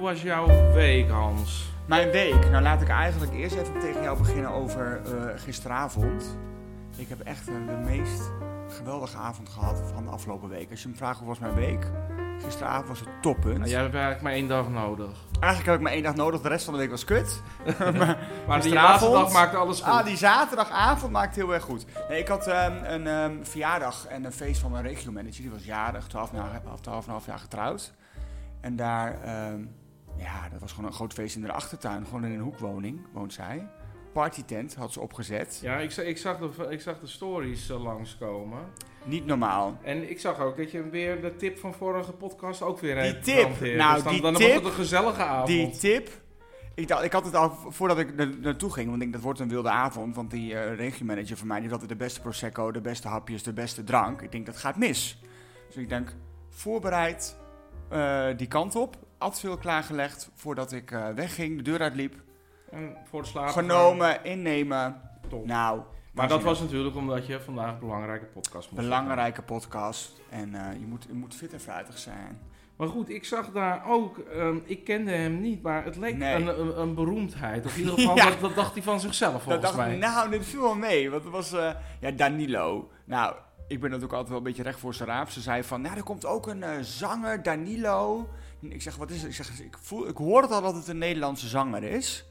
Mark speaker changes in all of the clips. Speaker 1: was jouw week, Hans?
Speaker 2: Mijn week. Nou, laat ik eigenlijk eerst even tegen jou beginnen over eh, gisteravond. Ik heb echt eh, de meest geweldige avond gehad van de afgelopen week. Als je me vraagt hoe was mijn week, gisteravond was het toppunt.
Speaker 1: Nou, jij hebt eigenlijk maar één dag nodig.
Speaker 2: Eigenlijk had ik maar één dag nodig, de rest van de week was kut. maar
Speaker 1: Maar die
Speaker 2: Gisteravond?
Speaker 1: laatste dag maakt alles goed.
Speaker 2: ah, die zaterdagavond maakt heel erg goed. Nee, ik had ehm, een ehm, verjaardag en een feest van mijn regiomanager. Die was jarig, 12,5 jaar- 12,5 jaar getrouwd. En daar, ehm, ja, dat was gewoon een groot feest in de achtertuin. Gewoon in een hoekwoning woont zij. Partytent had ze opgezet.
Speaker 1: Ja, ik, za- ik, zag de, ik zag de stories eh, langskomen.
Speaker 2: Niet normaal.
Speaker 1: En ik zag ook dat je weer de tip van vorige podcast ook weer
Speaker 2: Die
Speaker 1: hebt
Speaker 2: tip!
Speaker 1: gehanteerd.
Speaker 2: Nou,
Speaker 1: Dus dan,
Speaker 2: die
Speaker 1: dan
Speaker 2: tip-
Speaker 1: wordt het een gezellige avond.
Speaker 2: Die tip. Ik, dacht, ik had het al v- voordat ik er naartoe ging, want ik, denk, dat wordt een wilde avond. Want die eh regiomanager van mij die had altijd de beste prosecco, de beste hapjes, de beste drank. Ik denk dat gaat mis. Dus ik denk, voorbereid eh, die kant op. Had veel klaargelegd voordat ik eh, wegging, de deur uitliep.
Speaker 1: En voor het slapen.
Speaker 2: Genomen, innemen.
Speaker 1: Top.
Speaker 2: Nou,
Speaker 1: Maar dat
Speaker 2: waanzinnig.
Speaker 1: was natuurlijk omdat je vandaag een belangrijke podcast moest
Speaker 2: belangrijke podcast. En eh, je, moet, je moet fit en fruitig zijn.
Speaker 1: Maar goed, ik zag daar ook, ehm, ik kende hem niet, maar het leek
Speaker 2: Nee.
Speaker 1: een, een, een beroemdheid. Of in ieder geval,
Speaker 2: Ja.
Speaker 1: dat, dat dacht hij van zichzelf
Speaker 2: Dat
Speaker 1: volgens
Speaker 2: dacht
Speaker 1: mij.
Speaker 2: ik, nou, dit viel wel mee. Want het was eh, ja, Danilo. Nou, ik ben natuurlijk altijd wel een beetje recht voor zijn raap. Ze zei van, nou, er komt ook een eh, zanger, Danilo. En ik zeg, wat is het? Ik, zeg, ik, voel, ik hoor het al dat het een Nederlandse zanger is.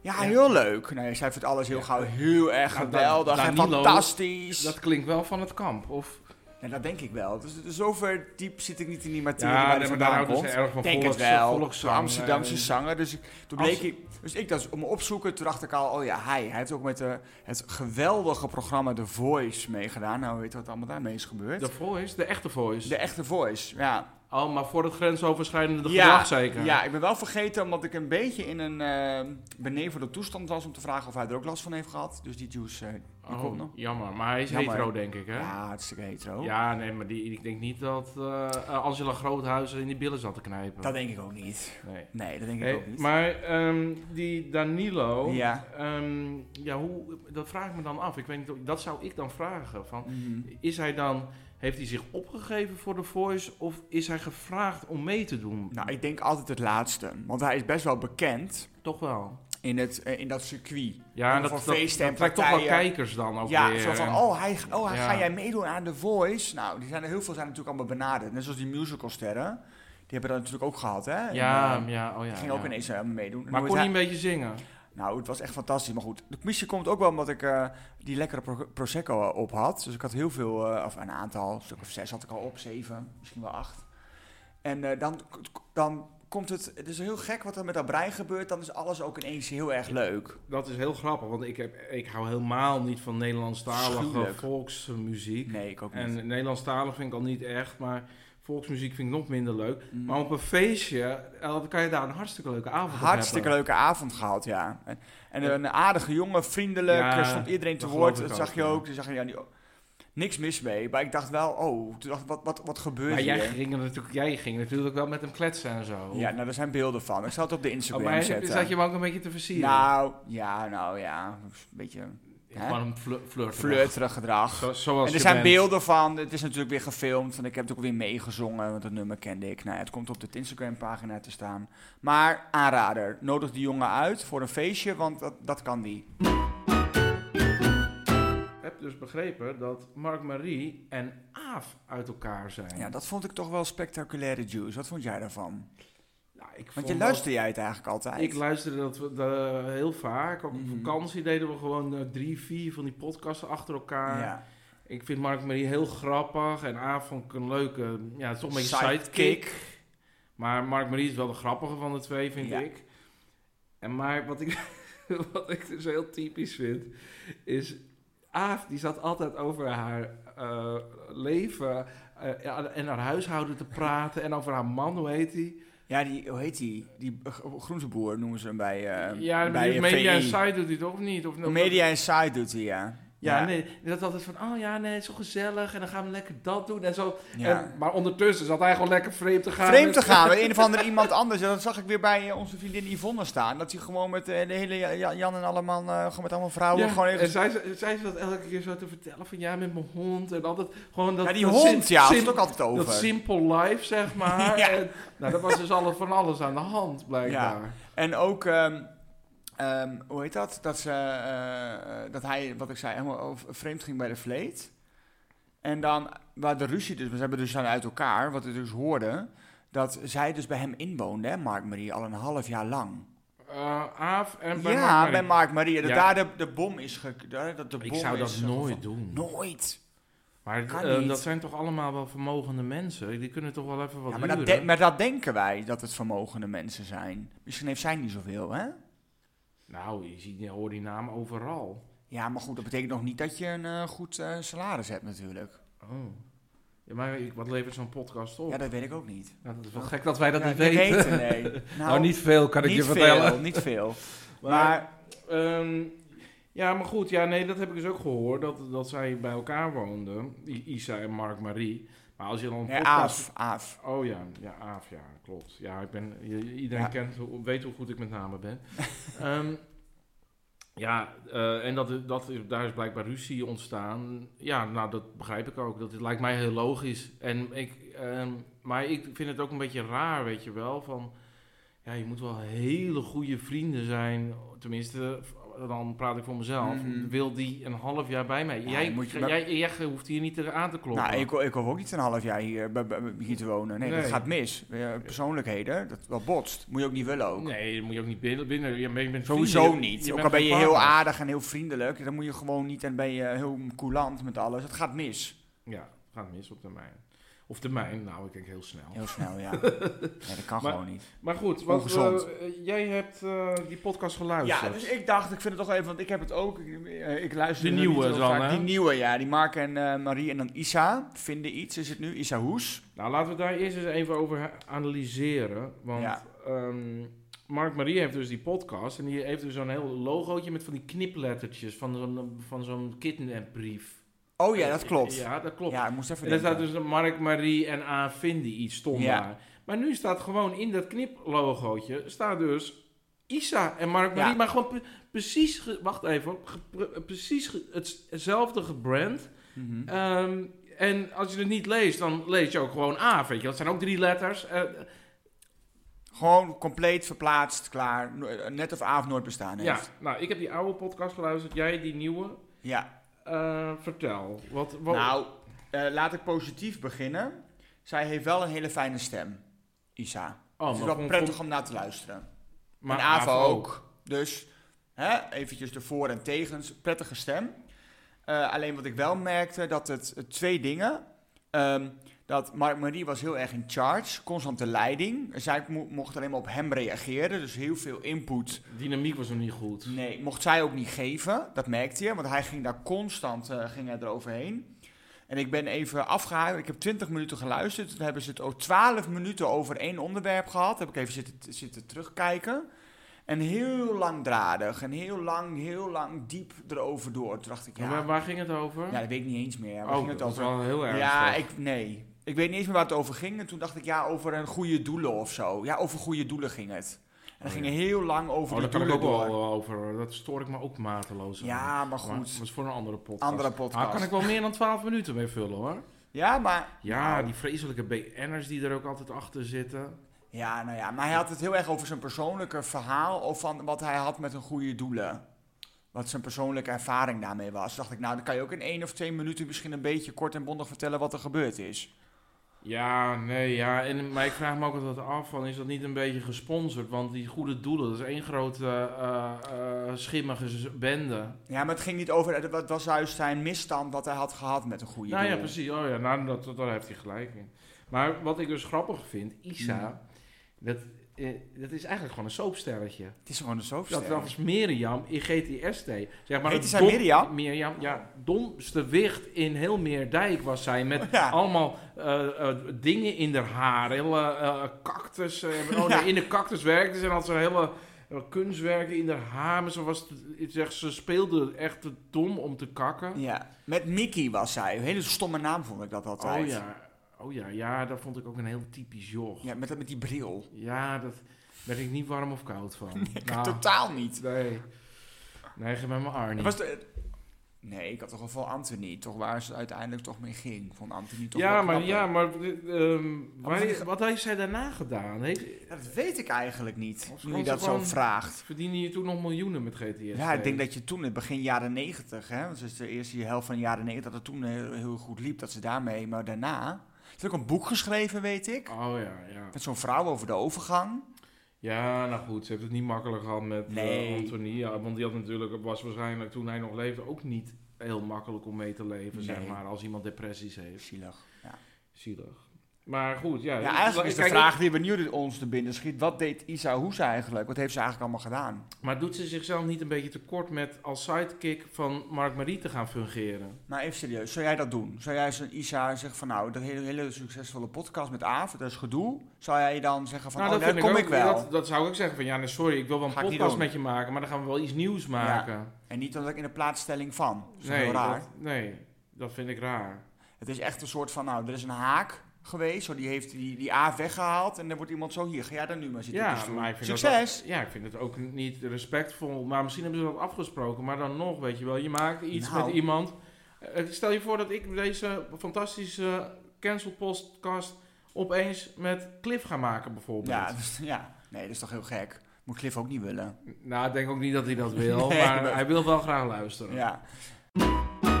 Speaker 2: Ja,
Speaker 1: Ja.
Speaker 2: heel leuk. Nee, zij vindt alles heel
Speaker 1: Ja.
Speaker 2: gauw heel erg
Speaker 1: Nou, Dan-
Speaker 2: geweldig en
Speaker 1: Danilo,
Speaker 2: fantastisch.
Speaker 1: Dat klinkt wel van het kamp. Of,
Speaker 2: Ja, dat denk ik wel. Dus, dus zover diep zit ik niet in die materie
Speaker 1: ja,
Speaker 2: waar
Speaker 1: nee, maar
Speaker 2: het
Speaker 1: daar
Speaker 2: vandaan
Speaker 1: houden
Speaker 2: komt.
Speaker 1: ze erg van
Speaker 2: Denk het
Speaker 1: volks,
Speaker 2: wel. De
Speaker 1: volkszang,
Speaker 2: Amsterdamse
Speaker 1: eh,
Speaker 2: zanger. Dus ik, toen bleek
Speaker 1: Als-
Speaker 2: ik, dus ik dat om opzoeken. Toen dacht ik al, oh ja, hij. Hij heeft ook met eh, het geweldige programma The Voice meegedaan. Nou, weet je wat allemaal daarmee is gebeurd?
Speaker 1: De
Speaker 2: De,
Speaker 1: voice, de echte voice.
Speaker 2: echte Voice, ja.
Speaker 1: Oh, maar voor het grensoverschrijdende
Speaker 2: e- Ja,
Speaker 1: gedrag zeker.
Speaker 2: Ja, ik ben wel vergeten omdat ik een beetje in een eh benevelde toestand was om te vragen of hij er ook last van heeft gehad. Dus die juice, eh, die
Speaker 1: Oh,
Speaker 2: komt nog.
Speaker 1: Jammer, maar hij is
Speaker 2: Jammer.
Speaker 1: hetero denk ik hè?
Speaker 2: Ja, hartstikke hetero.
Speaker 1: Ja, nee, maar die, ik denk niet dat eh, eh, Angela Groothuizen in die billen zat te knijpen.
Speaker 2: Dat denk ik ook niet.
Speaker 1: nee.
Speaker 2: Nee, dat denk ik
Speaker 1: Hey,
Speaker 2: ook niet.
Speaker 1: maar ehm, die Danilo,
Speaker 2: Ja.
Speaker 1: ehm, ja hoe, dat vraag ik me dan af. Ik weet niet, of- dat zou ik dan vragen. Van,
Speaker 2: Mhm.
Speaker 1: is hij dan, heeft hij zich opgegeven voor The Voice of is hij gevraagd om mee te doen?
Speaker 2: Nou, ik denk altijd het laatste. Want hij is best wel bekend
Speaker 1: Toch wel.
Speaker 2: in, het, eh, in dat circuit.
Speaker 1: Ja,
Speaker 2: En
Speaker 1: dat,
Speaker 2: voor
Speaker 1: dat,
Speaker 2: feesten
Speaker 1: dat
Speaker 2: en
Speaker 1: trekt toch wel
Speaker 2: partijen.
Speaker 1: kijkers dan ook
Speaker 2: ja,
Speaker 1: weer. eh,
Speaker 2: zo van, oh, hij, oh hij-
Speaker 1: Ja.
Speaker 2: ga jij meedoen aan The Voice? Nou, die zijn er heel veel zijn natuurlijk allemaal benaderd. Net zoals die musicalsterren. Die hebben dat natuurlijk ook gehad, hè?
Speaker 1: Ja,
Speaker 2: En, eh,
Speaker 1: ja, oh ja.
Speaker 2: die ging
Speaker 1: ja.
Speaker 2: ook ineens eh, meedoen. En
Speaker 1: Maar
Speaker 2: hoe
Speaker 1: kon
Speaker 2: het
Speaker 1: hij een beetje zingen?
Speaker 2: hij- Nou, het was echt fantastisch. Maar goed, de commissie komt ook wel omdat ik eh, die lekkere pro- Prosecco eh, op had. Dus ik had heel veel, eh, of een aantal, een stuk of zes had ik al op. Zeven, misschien wel acht. En eh, dan, dan komt het, het is heel gek wat er met dat brein gebeurt. Dan is alles ook ineens heel erg leuk.
Speaker 1: Dat is heel grappig, want ik, heb, ik hou helemaal niet van Nederlandstalige
Speaker 2: Schuwelijk.
Speaker 1: volksmuziek.
Speaker 2: Nee, ik ook niet.
Speaker 1: En Nederlandstalig vind ik al niet echt, maar volksmuziek vind ik nog minder leuk.
Speaker 2: Mm.
Speaker 1: Maar op een feestje eh, dan kan je daar een hartstikke leuke avond op
Speaker 2: Hartstikke
Speaker 1: hebben.
Speaker 2: leuke avond gehad, ja. En, en een aardige jongen, vriendelijk,
Speaker 1: Ja,
Speaker 2: er stond iedereen te
Speaker 1: dat
Speaker 2: woord.
Speaker 1: geloof ik
Speaker 2: Dat
Speaker 1: ook,
Speaker 2: zag je
Speaker 1: ja.
Speaker 2: ook. Toen zag je, ja, die- niks mis mee. Maar ik dacht wel, oh, toen dacht ik, wat, wat, wat gebeurt
Speaker 1: Maar
Speaker 2: hier?
Speaker 1: jij ging, er natuurlijk, jij ging natuurlijk wel met hem kletsen en zo.
Speaker 2: Ja, nou, daar zijn beelden van. Ik zal het op de
Speaker 1: oh,
Speaker 2: Instagram
Speaker 1: maar
Speaker 2: zetten.
Speaker 1: zat je hem ook een beetje te versieren?
Speaker 2: nou, ja, nou ja. Een beetje hè?
Speaker 1: Gewoon een flir- flirt.
Speaker 2: flirterig gedrag.
Speaker 1: Zo, zoals
Speaker 2: en
Speaker 1: je
Speaker 2: er zijn
Speaker 1: bent.
Speaker 2: beelden van. Het is natuurlijk weer gefilmd. En ik heb het ook weer meegezongen, want dat nummer kende ik. Nou, ja, het komt op de Instagram-pagina te staan. Maar aanrader, nodig die jongen uit voor een feestje, want dat, dat kan die.
Speaker 1: Ik heb dus begrepen dat Mark Marie en Aaf uit elkaar zijn.
Speaker 2: Nou Ja, dat vond ik toch wel spectaculaire juice. Wat vond jij daarvan?
Speaker 1: Nou, ik vond
Speaker 2: Want je
Speaker 1: dat-
Speaker 2: luister jij het eigenlijk altijd.
Speaker 1: Ik luisterde dat, we- de- heel vaak. Ook op
Speaker 2: Mhm.
Speaker 1: vakantie deden we gewoon eh, drie, vier van die podcasts achter elkaar.
Speaker 2: ja.
Speaker 1: Ik vind Mark Marie heel grappig. En Aaf vond ik een leuke, ja, toch een beetje sidekick. Maar Mark Marie is wel de grappige van de twee, vind
Speaker 2: Ja.
Speaker 1: ik. En maar wat ik, wat ik dus heel typisch vind, is... Aaf, die zat altijd over haar eh, leven eh, ja, en haar huishouden te praten. en over haar man, hoe heet hij?
Speaker 2: Ja, die, hoe heet die? Die eh, groente boer noemen ze hem bij eh
Speaker 1: ja,
Speaker 2: bij
Speaker 1: media en
Speaker 2: VI.
Speaker 1: site doet hij toch niet? Of, of-
Speaker 2: Media Insight doet hij, ja.
Speaker 1: Ja,
Speaker 2: Ja.
Speaker 1: nee, dat altijd van, oh ja, nee, zo gezellig en dan gaan we lekker dat doen en zo.
Speaker 2: Ja.
Speaker 1: En- maar ondertussen zat hij gewoon lekker vreemd te gaan.
Speaker 2: Vreemd
Speaker 1: met-
Speaker 2: te gaan met een of ander iemand anders. En dat zag ik weer bij eh, onze vriendin Yvonne staan. Dat hij gewoon met eh, de hele Ja- Ja- Jan en allemaal, eh, gewoon met allemaal vrouwen
Speaker 1: Ja,
Speaker 2: gewoon
Speaker 1: en
Speaker 2: even...
Speaker 1: zij, ze- zij zat elke keer zo te vertellen van, ja, met mijn hond en altijd gewoon dat...
Speaker 2: ja, die
Speaker 1: dat
Speaker 2: hond,
Speaker 1: sim-
Speaker 2: ja, dat
Speaker 1: sim-
Speaker 2: is ook altijd over.
Speaker 1: dat simple life, zeg maar.
Speaker 2: Ja.
Speaker 1: En, nou, dat was dus alle, van alles aan de hand, blijkbaar.
Speaker 2: En ook, ehm, ehm, hoe heet dat? Dat, ze, eh, eh, dat hij, wat ik zei, helemaal over- vreemd ging bij de vleet. En dan, waar de ruzie dus, ze hebben dus dan uit elkaar, wat we dus hoorden, dat zij dus bij hem inwoonde, hè, Mark Marie, al een half jaar lang.
Speaker 1: Eh, Aaf en bij
Speaker 2: ja,
Speaker 1: Mark-Marie.
Speaker 2: bij Mark Marie. Dat
Speaker 1: Ja.
Speaker 2: daar de, de bom is ge, daar, dat de
Speaker 1: Ik
Speaker 2: bom
Speaker 1: zou dat
Speaker 2: is gevallen.
Speaker 1: nooit doen.
Speaker 2: Nooit.
Speaker 1: Maar
Speaker 2: Kan
Speaker 1: eh,
Speaker 2: niet.
Speaker 1: dat zijn toch allemaal wel vermogende mensen? Die kunnen toch wel even wat
Speaker 2: Ja, maar, dat
Speaker 1: huren?
Speaker 2: de- maar dat denken wij, dat het vermogende mensen zijn. Misschien heeft zij niet zoveel, hè?
Speaker 1: Nou, je, ziet, je hoort die naam overal.
Speaker 2: Ja, maar goed, dat betekent nog niet dat je een eh, goed eh, salaris hebt natuurlijk.
Speaker 1: Oh. Ja, maar ik- wat levert zo'n podcast op?
Speaker 2: Ja,
Speaker 1: Nou,
Speaker 2: dat weet ik ook niet.
Speaker 1: dat... is wel gek dat wij dat
Speaker 2: Ja,
Speaker 1: niet
Speaker 2: niet
Speaker 1: weten.
Speaker 2: nee.
Speaker 1: Nou, niet veel kan ik
Speaker 2: niet
Speaker 1: je
Speaker 2: veel,
Speaker 1: vertellen.
Speaker 2: Niet veel.
Speaker 1: Maar,
Speaker 2: Maar
Speaker 1: ehm, ja, maar goed. Ja, nee, dat heb ik dus ook gehoord. Dat, dat zij bij elkaar woonden. I- Isa en Mark Marie. Maar als je dan een
Speaker 2: nee,
Speaker 1: podcast...
Speaker 2: eh, Aaf, Aaf.
Speaker 1: Oh ja, ja, Aaf, ja, klopt. Ja, ik ben, i- iedereen
Speaker 2: Ja.
Speaker 1: kent, hoe- weet hoe goed ik met namen ben. Ehm, ja, eh, en dat, dat, daar is blijkbaar ruzie ontstaan. Ja, nou, dat begrijp ik ook. Dat het lijkt mij heel logisch. En ik, ehm, maar ik vind het ook een beetje raar, weet je wel, van... Ja, je moet wel hele goede vrienden zijn. Tenminste, dan praat ik voor mezelf.
Speaker 2: Mhm.
Speaker 1: Wil die een half jaar bij mij?
Speaker 2: Ja,
Speaker 1: jij,
Speaker 2: moet je-
Speaker 1: jij, jij hoeft hier niet aan te kloppen.
Speaker 2: Nou, ik, ho- ik hoef ook niet een half jaar hier, bij- bij- hier te wonen. Nee,
Speaker 1: Nee.
Speaker 2: dat gaat mis. Eh, Persoonlijkheden, dat, dat botst. Moet je ook niet willen ook.
Speaker 1: Nee, dat moet je ook niet binnen. binnen je bent- je bent
Speaker 2: Sowieso
Speaker 1: vrienden,
Speaker 2: niet.
Speaker 1: je
Speaker 2: ook
Speaker 1: bent
Speaker 2: al ben je
Speaker 1: geen
Speaker 2: heel
Speaker 1: partner.
Speaker 2: aardig en heel vriendelijk, dan moet je gewoon niet en ben je heel coulant met alles. Het gaat mis.
Speaker 1: Ja, het gaat mis op termijn. Of termijn, nou, ik denk heel snel.
Speaker 2: Heel snel, ja. Nee, dat kan
Speaker 1: Maar-
Speaker 2: gewoon niet.
Speaker 1: Maar goed, wat,
Speaker 2: Ongezond.
Speaker 1: eh, eh, jij hebt eh, die podcast geluisterd.
Speaker 2: Ja, dus ik dacht, ik vind het toch even, want ik heb het ook. Ik, eh, ik luister
Speaker 1: De
Speaker 2: er
Speaker 1: nieuwe
Speaker 2: niet heel
Speaker 1: dan,
Speaker 2: vaak.
Speaker 1: hè?
Speaker 2: Die nieuwe, ja. Die Mark en eh, Marie en dan Isa vinden iets. Is het nu Isa Hoes?
Speaker 1: Nou, laten we daar eerst eens even over analyseren. Want
Speaker 2: Ja.
Speaker 1: ehm, Mark Marie heeft dus die podcast. En die heeft dus zo'n heel logootje met van die kniplettertjes van zo'n, van zo'n kidnapbrief.
Speaker 2: Oh ja, dat klopt. Ja,
Speaker 1: Ja, dat klopt.
Speaker 2: ik moest even
Speaker 1: En daar staat
Speaker 2: denken.
Speaker 1: dus een Mark, Marie en A. Vindy iets stond
Speaker 2: Ja.
Speaker 1: daar. Maar nu staat gewoon in dat kniplogootje, staat dus Isa en Mark, Marie.
Speaker 2: Ja.
Speaker 1: Maar gewoon pre- precies, ge- wacht even, ge- pre- precies ge- het- hetzelfde gebrand.
Speaker 2: Mhm.
Speaker 1: Ehm, en als je het niet leest, dan lees je ook gewoon A, weet je. Dat zijn ook drie letters. Eh,
Speaker 2: Gewoon compleet verplaatst, klaar. No- eh, Net of Aaf nooit bestaan
Speaker 1: ja,
Speaker 2: heeft.
Speaker 1: nou, ik heb die oude podcast geluisterd, jij die nieuwe.
Speaker 2: Ja.
Speaker 1: Eh, vertel, wat... wat
Speaker 2: Nou, eh, laat ik positief beginnen. Zij heeft wel een hele fijne stem, Isa.
Speaker 1: Oh,
Speaker 2: het is
Speaker 1: maar
Speaker 2: wel
Speaker 1: vond-
Speaker 2: prettig om naar te luisteren.
Speaker 1: maar
Speaker 2: en Ava
Speaker 1: Aaf
Speaker 2: ook. Dus hè, eventjes de voor- en tegens. Prettige stem. Eh, alleen wat ik wel merkte, dat het het twee dingen. Ehm, dat Mark Marie was heel erg in charge, constante leiding. Zij mo- mocht alleen maar op hem reageren, dus heel veel input.
Speaker 1: Dynamiek was nog niet goed.
Speaker 2: Nee, mocht zij ook niet geven, dat merkte je, want hij ging daar constant eh, ging hij eroverheen. En ik ben even afgehaakt, ik heb 20 minuten geluisterd. Toen hebben ze het ook 12 minuten over één onderwerp gehad. Heb ik even zitten, zitten terugkijken. En heel langdradig en heel lang, heel lang diep erover door. Toen dacht ik, ja,
Speaker 1: Maar waar ging het over?
Speaker 2: ja dat weet ik niet eens meer. Waar
Speaker 1: oh,
Speaker 2: ging het
Speaker 1: dat was
Speaker 2: over?
Speaker 1: wel heel erg.
Speaker 2: Ja, ik, nee. Ik weet niet eens meer waar het over ging. En toen dacht ik, ja, over een goede doelen of zo. Ja, over goede doelen ging het. En
Speaker 1: Oh,
Speaker 2: dan ging
Speaker 1: ja.
Speaker 2: er heel lang over
Speaker 1: Oh,
Speaker 2: de
Speaker 1: daar kan ik
Speaker 2: doelen
Speaker 1: ook
Speaker 2: door.
Speaker 1: wel over. Dat stoor ik me ook mateloos aan.
Speaker 2: Ja, maar
Speaker 1: Maar
Speaker 2: goed.
Speaker 1: dat is voor een andere podcast.
Speaker 2: Andere podcast.
Speaker 1: Daar kan ik wel meer dan 12 minuten mee vullen hoor.
Speaker 2: Ja, maar...
Speaker 1: Ja,
Speaker 2: nou,
Speaker 1: die vreselijke BN'ers die er ook altijd achter zitten.
Speaker 2: Ja, nou ja. Maar hij had het heel erg over zijn persoonlijke verhaal... of van wat hij had met een goede doelen. Wat zijn persoonlijke ervaring daarmee was. Dacht ik, nou, dan kan je ook in één of twee minuten... misschien een beetje kort en bondig vertellen wat er gebeurd is.
Speaker 1: Ja, nee, ja. En, maar ik vraag me ook altijd af: van, is dat niet een beetje gesponsord? Want die goede doelen, dat is één grote eh, eh, schimmige z- bende.
Speaker 2: Ja, maar het ging niet over... Het was juist zijn misstand wat hij had gehad met een goede
Speaker 1: nou
Speaker 2: doel.
Speaker 1: ja, precies. Oh ja, nou, dat, dat- daar heeft hij gelijk in. Maar wat ik dus grappig vind,
Speaker 2: Mm.
Speaker 1: Isa, dat, eh, dat is eigenlijk gewoon een soapsterretje.
Speaker 2: Het is gewoon een
Speaker 1: Dat
Speaker 2: soapster.
Speaker 1: was Miriam in GTST. Zeg maar
Speaker 2: Heette
Speaker 1: het
Speaker 2: zij Oh.
Speaker 1: dom-
Speaker 2: Miriam?
Speaker 1: Miriam, ja. Domste wicht in heel Meerdijk was zij. Met
Speaker 2: Oh Ja.
Speaker 1: allemaal eh, eh, dingen in haar haar. Hele eh, cactus. eh, oh, nee,
Speaker 2: Ja.
Speaker 1: In de cactus werkte ze en had ze een hele... er waren kunstwerken in haar haar. Maar ze, was, ik zeg, ze speelde echt te dom om te kakken.
Speaker 2: Ja, met Mickey was zij. Een hele stomme naam vond ik dat altijd.
Speaker 1: Oh ja, oh ja, ja, dat vond ik ook een heel typisch joch. Ja,
Speaker 2: Ja, met, dat- met die bril.
Speaker 1: dat werd ik niet warm of koud van. Nou,
Speaker 2: Totaal niet.
Speaker 1: Nee. Nee, geef mij maar Arnie.
Speaker 2: Was de- nee, ik had toch wel veel Anthony. Toch waar ze uiteindelijk toch mee ging. Vond Anthony toch
Speaker 1: ja,
Speaker 2: wel
Speaker 1: maar,
Speaker 2: knapper.
Speaker 1: ja, maar ehm, waar-
Speaker 2: die-
Speaker 1: wat heeft zij daarna gedaan? Heeft,
Speaker 2: Ja, Dat weet ik eigenlijk niet.
Speaker 1: Of
Speaker 2: Nu
Speaker 1: gewoon
Speaker 2: je dat
Speaker 1: ze
Speaker 2: zo
Speaker 1: gewoon-
Speaker 2: vraagt.
Speaker 1: verdiende je toen nog miljoenen met GTS?
Speaker 2: Ja, ik denk dat je toen, in het begin jaren negentig, hè, want het is de eerste helft van de jaren negentig, dat het toen heel, heel goed liep, dat ze daarmee, maar daarna. Is er ook een boek geschreven, weet ik?
Speaker 1: Oh ja, ja.
Speaker 2: Met zo'n vrouw over de overgang.
Speaker 1: Ja, nou goed, ze heeft het niet makkelijk gehad met eh,
Speaker 2: Nee.
Speaker 1: Anthony. Ja, want die had natuurlijk, was waarschijnlijk toen hij nog leefde ook niet heel makkelijk om mee te leven, zeg
Speaker 2: Nee.
Speaker 1: maar, als iemand depressies heeft.
Speaker 2: Zielig. Ja,
Speaker 1: Zielig. Maar goed, ja.
Speaker 2: ja eigenlijk is de
Speaker 1: Kijk,
Speaker 2: vraag die we nu ons te binnen schiet, wat deed Isa Hoes eigenlijk? Wat heeft ze eigenlijk allemaal gedaan?
Speaker 1: Maar doet ze zichzelf niet een beetje tekort met als sidekick van Mark Marie te gaan fungeren?
Speaker 2: Maar Nou, even serieus, zou jij dat doen? Zou jij zo'n Isa zeggen van, nou, dat hele, hele succesvolle podcast met Aaf, dat is gedoe. Zou jij dan zeggen van, oh,
Speaker 1: Nou, dat
Speaker 2: nee,
Speaker 1: vind
Speaker 2: dat kom
Speaker 1: ook-
Speaker 2: ik, wel.
Speaker 1: Dat, dat zou ik zeggen van, ja, nee, sorry, ik wil wel een
Speaker 2: Ga ik niet
Speaker 1: podcast
Speaker 2: doen.
Speaker 1: met je maken, maar dan gaan we wel iets nieuws maken.
Speaker 2: En niet omdat ik in de plaatsstelling van. Dat is toch
Speaker 1: nee,
Speaker 2: heel raar.
Speaker 1: Dat, nee, dat vind ik raar.
Speaker 2: Het is echt een soort van, nou, er is een haak geweest. Zo, die heeft die, die A weggehaald. En dan wordt iemand zo, hier, ga jij dan nu maar zitten.
Speaker 1: Ja,
Speaker 2: dus doen.
Speaker 1: maar ik vind
Speaker 2: Succes!
Speaker 1: Dat, ook- ja, ik vind het ook niet respectvol. Maar misschien hebben ze dat afgesproken. Maar dan nog, weet je wel. Je maakt iets
Speaker 2: Nou.
Speaker 1: met iemand. Eh, stel je voor dat ik deze fantastische cancel podcast opeens met Cliff ga maken, bijvoorbeeld.
Speaker 2: Ja, dus- ja, nee, dat is toch heel gek. Moet Cliff ook niet willen.
Speaker 1: Nou, ik denk ook niet dat hij dat wil.
Speaker 2: Nee,
Speaker 1: maar
Speaker 2: dat-
Speaker 1: hij wil wel graag luisteren. Ja,
Speaker 2: Ja.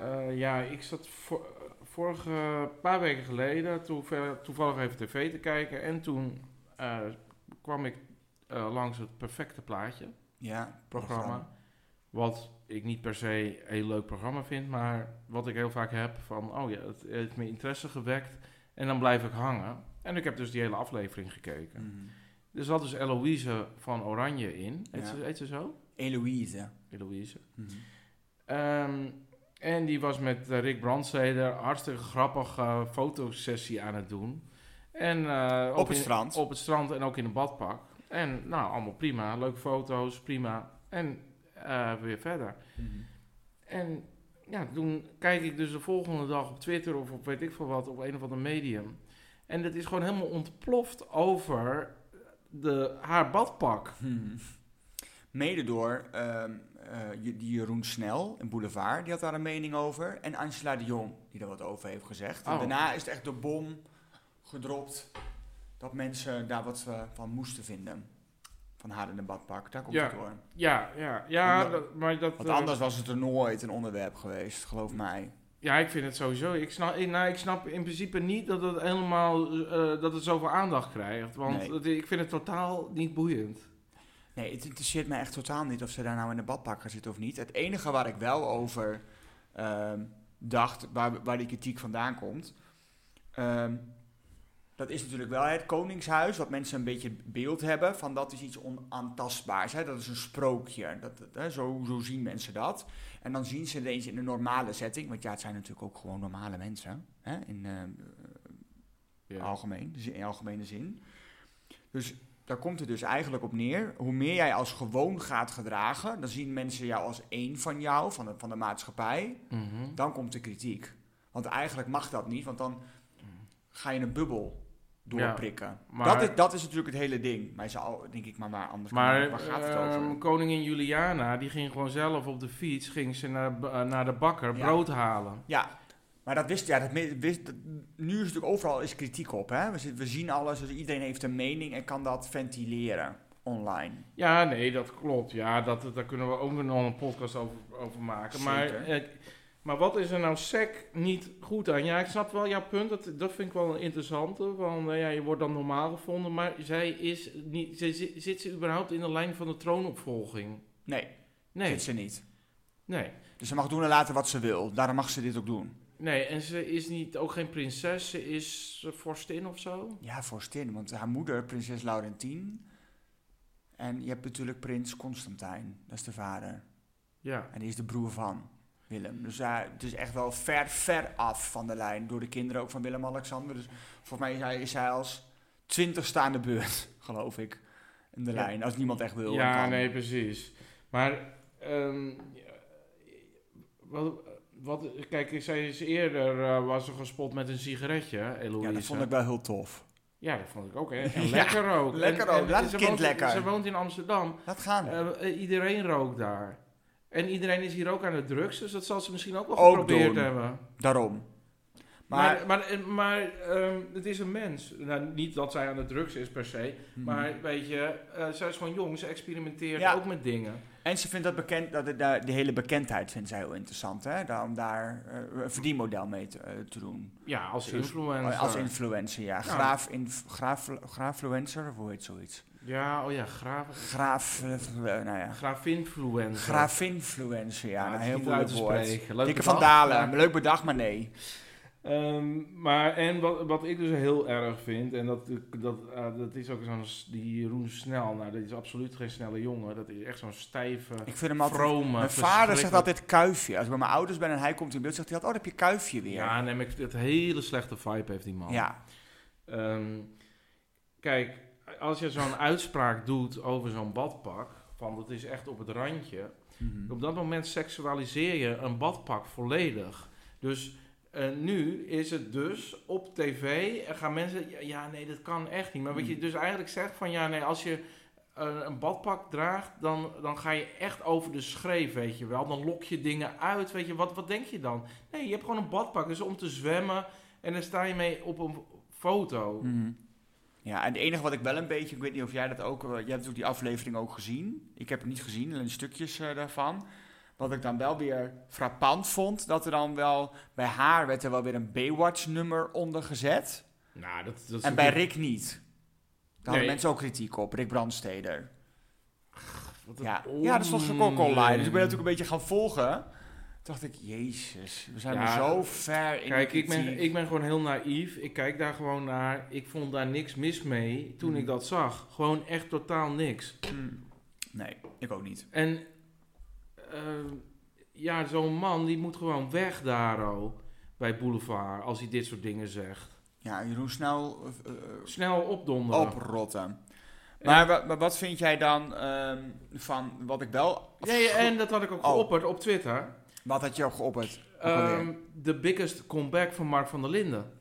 Speaker 1: Eh, ja ik zat vo- vorige paar weken geleden toeve- toevallig even tv te kijken. En toen eh, kwam ik eh, langs het perfecte plaatje.
Speaker 2: ja,
Speaker 1: programma. Wat ik niet per se een heel leuk programma vind, maar wat ik heel vaak heb van, oh ja, het heeft mijn interesse gewekt en dan blijf ik hangen. En ik heb dus die hele aflevering gekeken.
Speaker 2: Mhm.
Speaker 1: Er zat dus Eloïse van Oranje in. Heet,
Speaker 2: Ja.
Speaker 1: ze, heet ze zo?
Speaker 2: Eloïse.
Speaker 1: Eloïse.
Speaker 2: Mhm.
Speaker 1: Ehm, en die was met eh, Rick Brandsteder hartstikke grappige fotosessie aan het doen. En, eh, ook
Speaker 2: Op het
Speaker 1: in-
Speaker 2: strand.
Speaker 1: op het strand en ook in een badpak. En nou, allemaal prima. Leuke foto's, prima. En eh, weer verder.
Speaker 2: Mhm.
Speaker 1: En ja, toen kijk ik dus de volgende dag op Twitter of op weet ik veel wat, op een of ander medium. En dat is gewoon helemaal ontploft over de, haar badpak.
Speaker 2: Mhm. Mede door ehm, eh, Je- die Jeroen Snel in Boulevard, die had daar een mening over. En Angela de Jong, die daar wat over heeft gezegd. En
Speaker 1: Oh.
Speaker 2: daarna is het echt de bom gedropt dat mensen daar wat eh, van moesten vinden. Van haar in de badpak, daar komt
Speaker 1: Ja.
Speaker 2: het door.
Speaker 1: Ja, ja, ja,
Speaker 2: Omdat-
Speaker 1: dat- maar dat...
Speaker 2: Want
Speaker 1: eh,
Speaker 2: anders was het er nooit een onderwerp geweest, geloof mij.
Speaker 1: Ja, ik vind het sowieso. Ik snap, ik- nou, ik snap in principe niet dat het helemaal, eh, dat het zoveel aandacht krijgt. Want
Speaker 2: Nee.
Speaker 1: het- ik vind het totaal niet boeiend.
Speaker 2: Nee, het interesseert me echt totaal niet of ze daar nou in de badpak gaan zitten of niet. Het enige waar ik wel over ehm, dacht, waar, waar die kritiek vandaan komt. ehm, dat is natuurlijk wel het Koningshuis, wat mensen een beetje beeld hebben van dat is iets onaantastbaars. Hè? Dat is een sprookje. Dat, dat- hè? Zo, zo zien mensen dat. En dan zien ze ineens in een normale setting, want ja, het zijn natuurlijk ook gewoon normale mensen hè? in ehm, algemeen, dus in algemene zin. Dus daar komt het dus eigenlijk op neer. Hoe meer jij als gewoon gaat gedragen, dan zien mensen jou als één van jou, van de, van de maatschappij.
Speaker 1: Mhm.
Speaker 2: Dan komt de kritiek. Want eigenlijk mag dat niet, want dan ga je een bubbel doorprikken.
Speaker 1: maar-
Speaker 2: dat, is, dat is natuurlijk het hele ding. Maar je zou, denk ik, maar waar anders
Speaker 1: Maar
Speaker 2: kan- waar gaat het
Speaker 1: ehm,
Speaker 2: over?
Speaker 1: koningin Juliana, die ging gewoon zelf op de fiets ging ze naar, b- eh, naar de bakker
Speaker 2: Ja.
Speaker 1: brood halen.
Speaker 2: Ja, maar dat wist, ja, dat me- wist, dat- nu is natuurlijk overal is kritiek op. Hè? We, zit- we zien alles, dus iedereen heeft een mening en kan dat ventileren online.
Speaker 1: Ja, nee, dat klopt. Ja, dat, daar kunnen we ook nog een podcast over, over maken. Maar,
Speaker 2: Zeker.
Speaker 1: eh, maar wat is er nou sec niet goed aan? Ja, ik snap wel jouw punt. Dat, dat vind ik wel een interessante. Van, eh, ja, je wordt dan normaal gevonden. Maar zij is niet, zij zi- zit ze überhaupt in de lijn van de troonopvolging?
Speaker 2: Nee,
Speaker 1: Nee,
Speaker 2: zit ze niet.
Speaker 1: nee.
Speaker 2: Dus ze mag doen en laten wat ze wil. Daarom mag ze dit ook doen.
Speaker 1: Nee, en ze is niet, ook geen prinses. Ze is eh, vorstin of zo.
Speaker 2: Ja, vorstin. Want haar moeder, prinses Laurentien. En je hebt natuurlijk prins Constantijn. Dat is de vader.
Speaker 1: Ja.
Speaker 2: En die is de broer van Willem. Dus ja, het is echt wel ver, ver af van de lijn. Door de kinderen ook van Willem-Alexander. Dus volgens mij is hij, is hij als twintigste aan de beurt, geloof ik. in de
Speaker 1: Ja.
Speaker 2: lijn. Als niemand echt wil. dan
Speaker 1: Ja,
Speaker 2: kan.
Speaker 1: nee, precies. Maar, ehm, ja, wat, wat, kijk, ik zei eens eerder, eh, was er gespot met een sigaretje, hè, Eloise.
Speaker 2: Ja, dat vond ik wel heel tof.
Speaker 1: Ja, dat vond ik ook. hè. En
Speaker 2: Ja,
Speaker 1: lekker ook.
Speaker 2: lekker
Speaker 1: En- en
Speaker 2: ook. Laat het
Speaker 1: ze
Speaker 2: kind
Speaker 1: woont-
Speaker 2: lekker.
Speaker 1: Ze woont in Amsterdam.
Speaker 2: Laat gaan.
Speaker 1: Eh, eh, iedereen rookt daar. En iedereen is hier ook aan de drugs, dus dat zal ze misschien ook wel
Speaker 2: Ook
Speaker 1: geprobeerd
Speaker 2: doen.
Speaker 1: hebben.
Speaker 2: Daarom. Maar,
Speaker 1: Maar, maar, eh, maar, ehm, het is een mens. Nou, niet dat zij aan de drugs is per se, maar weet je, eh, zij is gewoon jong, ze experimenteert
Speaker 2: Hmm. Ja.
Speaker 1: ook met dingen.
Speaker 2: En ze vindt dat bekend, dat, dat, die hele bekendheid vindt zij heel interessant, hè? Da- Om daar eh, een verdienmodel mee te, eh, te doen.
Speaker 1: Ja, als
Speaker 2: Dus-
Speaker 1: influencer.
Speaker 2: Als influencer, ja.
Speaker 1: eh, Ja.
Speaker 2: Graaf, inf, graaf, graafluencer, of hoe heet zoiets?
Speaker 1: ja, oh ja, graaf,
Speaker 2: Graaf, eh, eh, nou ja.
Speaker 1: graafinfluencer.
Speaker 2: Graafinfluencer, ja.
Speaker 1: Ja,
Speaker 2: een
Speaker 1: het is
Speaker 2: heel
Speaker 1: niet uit
Speaker 2: moeilijk
Speaker 1: te
Speaker 2: woord.
Speaker 1: spreken. Leuk
Speaker 2: Dikke
Speaker 1: bedacht,
Speaker 2: van Dalen,
Speaker 1: maar-
Speaker 2: leuk bedacht, maar nee.
Speaker 1: Ehm, maar en wat, wat ik dus heel erg vind, en dat, dat, eh, dat is ook zo'n s- die Jeroen Snel, nou dat is absoluut geen snelle jongen, dat is echt zo'n stijve,
Speaker 2: Ik vind hem altijd...
Speaker 1: vrome.
Speaker 2: Mijn vader zegt
Speaker 1: verschrikkelijk-
Speaker 2: altijd kuifje. Als ik bij mijn ouders ben en hij komt in beeld, zegt hij altijd, oh, dan heb je kuifje weer.
Speaker 1: Ja, neem ik het hele slechte vibe heeft die man.
Speaker 2: ja.
Speaker 1: Ehm, kijk, als je zo'n uitspraak doet over zo'n badpak, van dat is echt op het randje,
Speaker 2: Mhm.
Speaker 1: op dat moment seksualiseer je een badpak volledig. Dus eh, nu is het dus op tv en gaan mensen, ja, ja, nee, dat kan echt niet. Maar wat je
Speaker 2: Hmm.
Speaker 1: dus eigenlijk zegt van, ja, nee, als je eh, een badpak draagt, dan, dan ga je echt over de schreef, weet je wel. Dan lok je dingen uit, weet je, wat, wat denk je dan? Nee, je hebt gewoon een badpak, dus om te zwemmen en dan sta je mee op een foto.
Speaker 2: Mhm. Ja, en het enige wat ik wel een beetje, ik weet niet of jij dat ook, eh, jij hebt natuurlijk die aflevering ook gezien. Ik heb het niet gezien, alleen stukjes eh, daarvan. Wat ik dan wel weer frappant vond, dat er dan wel, bij haar werd er wel weer een Baywatch-nummer onder gezet.
Speaker 1: Nou, dat, dat is
Speaker 2: En bij Rick niet. Daar hadden
Speaker 1: Nee.
Speaker 2: mensen ook kritiek op, Rick Brandsteder.
Speaker 1: wat een
Speaker 2: Ja, ja dat was ook online. Dus ik ben
Speaker 1: onzin.
Speaker 2: natuurlijk een beetje gaan volgen. Toen dacht ik, jezus, we zijn
Speaker 1: Ja,
Speaker 2: er zo ver in
Speaker 1: Kijk,
Speaker 2: de
Speaker 1: ik ben,
Speaker 2: kritiek.
Speaker 1: ik ben gewoon heel naïef. Ik kijk daar gewoon naar. Ik vond daar niks mis mee toen
Speaker 2: Mhm.
Speaker 1: ik dat zag. Gewoon echt totaal niks.
Speaker 2: Hmm. Nee, ik ook niet.
Speaker 1: En eh, ja, zo'n man die moet gewoon weg daar al bij Boulevard als hij dit soort dingen zegt.
Speaker 2: Ja, Jeroen Snel... eh, eh,
Speaker 1: Snel opdonderen.
Speaker 2: oprotten. Maar, wa- maar wat vind jij dan ehm, van wat ik wel...
Speaker 1: Nee, en dat had ik ook
Speaker 2: Oh.
Speaker 1: geopperd op Twitter.
Speaker 2: Wat had je ook geopperd? alweer.
Speaker 1: Ehm, De biggest comeback van Mark van der Linden.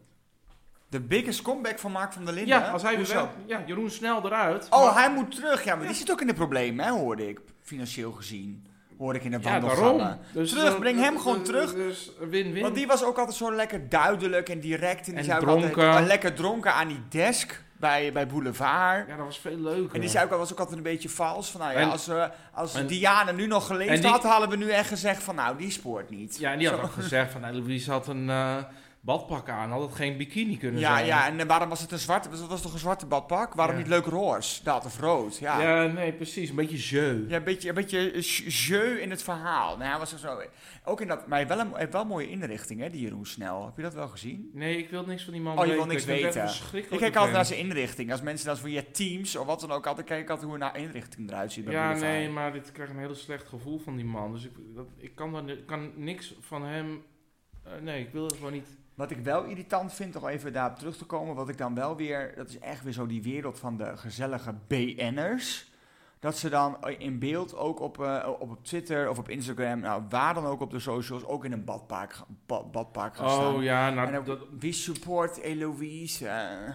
Speaker 2: De biggest comeback van Mark van der Linden?
Speaker 1: Ja, als hij weer
Speaker 2: Hoezo?
Speaker 1: wel- Ja, Jeroen snel eruit.
Speaker 2: Oh,
Speaker 1: Maar-
Speaker 2: hij moet terug. Ja, maar die
Speaker 1: Ja.
Speaker 2: zit ook in de problemen, hè, hoorde ik. Financieel gezien. Hoorde ik in de
Speaker 1: Ja,
Speaker 2: wandelgangen.
Speaker 1: daarom. Dus,
Speaker 2: Terug,
Speaker 1: eh,
Speaker 2: breng hem
Speaker 1: eh,
Speaker 2: gewoon terug.
Speaker 1: Dus win-win.
Speaker 2: Want die was ook altijd zo lekker duidelijk en direct. En, die
Speaker 1: En
Speaker 2: zei ook altijd-
Speaker 1: dronken.
Speaker 2: eh, lekker dronken aan die desk bij, bij Boulevard.
Speaker 1: Ja, dat was veel leuker.
Speaker 2: En die zei ook, al- was ook altijd een beetje vals. Van, nou ja,
Speaker 1: En-
Speaker 2: als, we, als
Speaker 1: en-
Speaker 2: Diana nu nog geleefd
Speaker 1: en die-
Speaker 2: had, hadden we nu echt gezegd van... Nou, die spoort niet.
Speaker 1: Ja, en die had
Speaker 2: Zo.
Speaker 1: ook gezegd van, nou, Louise had een eh, badpak aan, had het geen bikini kunnen
Speaker 2: Ja,
Speaker 1: zijn.
Speaker 2: ja, en eh, waarom was het een zwarte? Dat was toch een zwarte badpak? Waarom
Speaker 1: Ja.
Speaker 2: niet leuk roze? Dat of rood, ja. ja.
Speaker 1: Ja, nee, precies. Een beetje jeu.
Speaker 2: een beetje, een beetje eh, j- jeu in het verhaal. Nou, hij was er zo. Ook in dat, maar hij heeft wel een, hij heeft wel een mooie inrichting, hè, die Jeroen Snel. Heb je dat wel gezien?
Speaker 1: Nee, ik wil niks van die man
Speaker 2: Oh, je wil
Speaker 1: weten.
Speaker 2: niks
Speaker 1: ik eh. vind het
Speaker 2: weten.
Speaker 1: echt verschrikkelijk.
Speaker 2: Ik kijk altijd naar
Speaker 1: vind.
Speaker 2: zijn inrichting. Als mensen dat voor je teams of wat dan ook altijd, kijk ik altijd hoe naar inrichting eruit ziet. Bij
Speaker 1: Ja,
Speaker 2: Boulevard.
Speaker 1: nee, maar dit krijgt een heel slecht gevoel van die man. Dus ik, dat, ik kan, daar, ni- kan niks van hem... eh, nee, ik wil het gewoon niet.
Speaker 2: Wat ik wel irritant vind, toch even daarop terug te komen, wat ik dan wel weer, dat is echt weer zo die wereld van de gezellige BN'ers. Dat ze dan in beeld ook op, eh, op, op Twitter of op Instagram, nou waar dan ook op de socials, ook in een badpark, badpark gaan staan.
Speaker 1: Oh ja,
Speaker 2: En
Speaker 1: nou,
Speaker 2: ook-
Speaker 1: dat,
Speaker 2: We support Eloise. eh,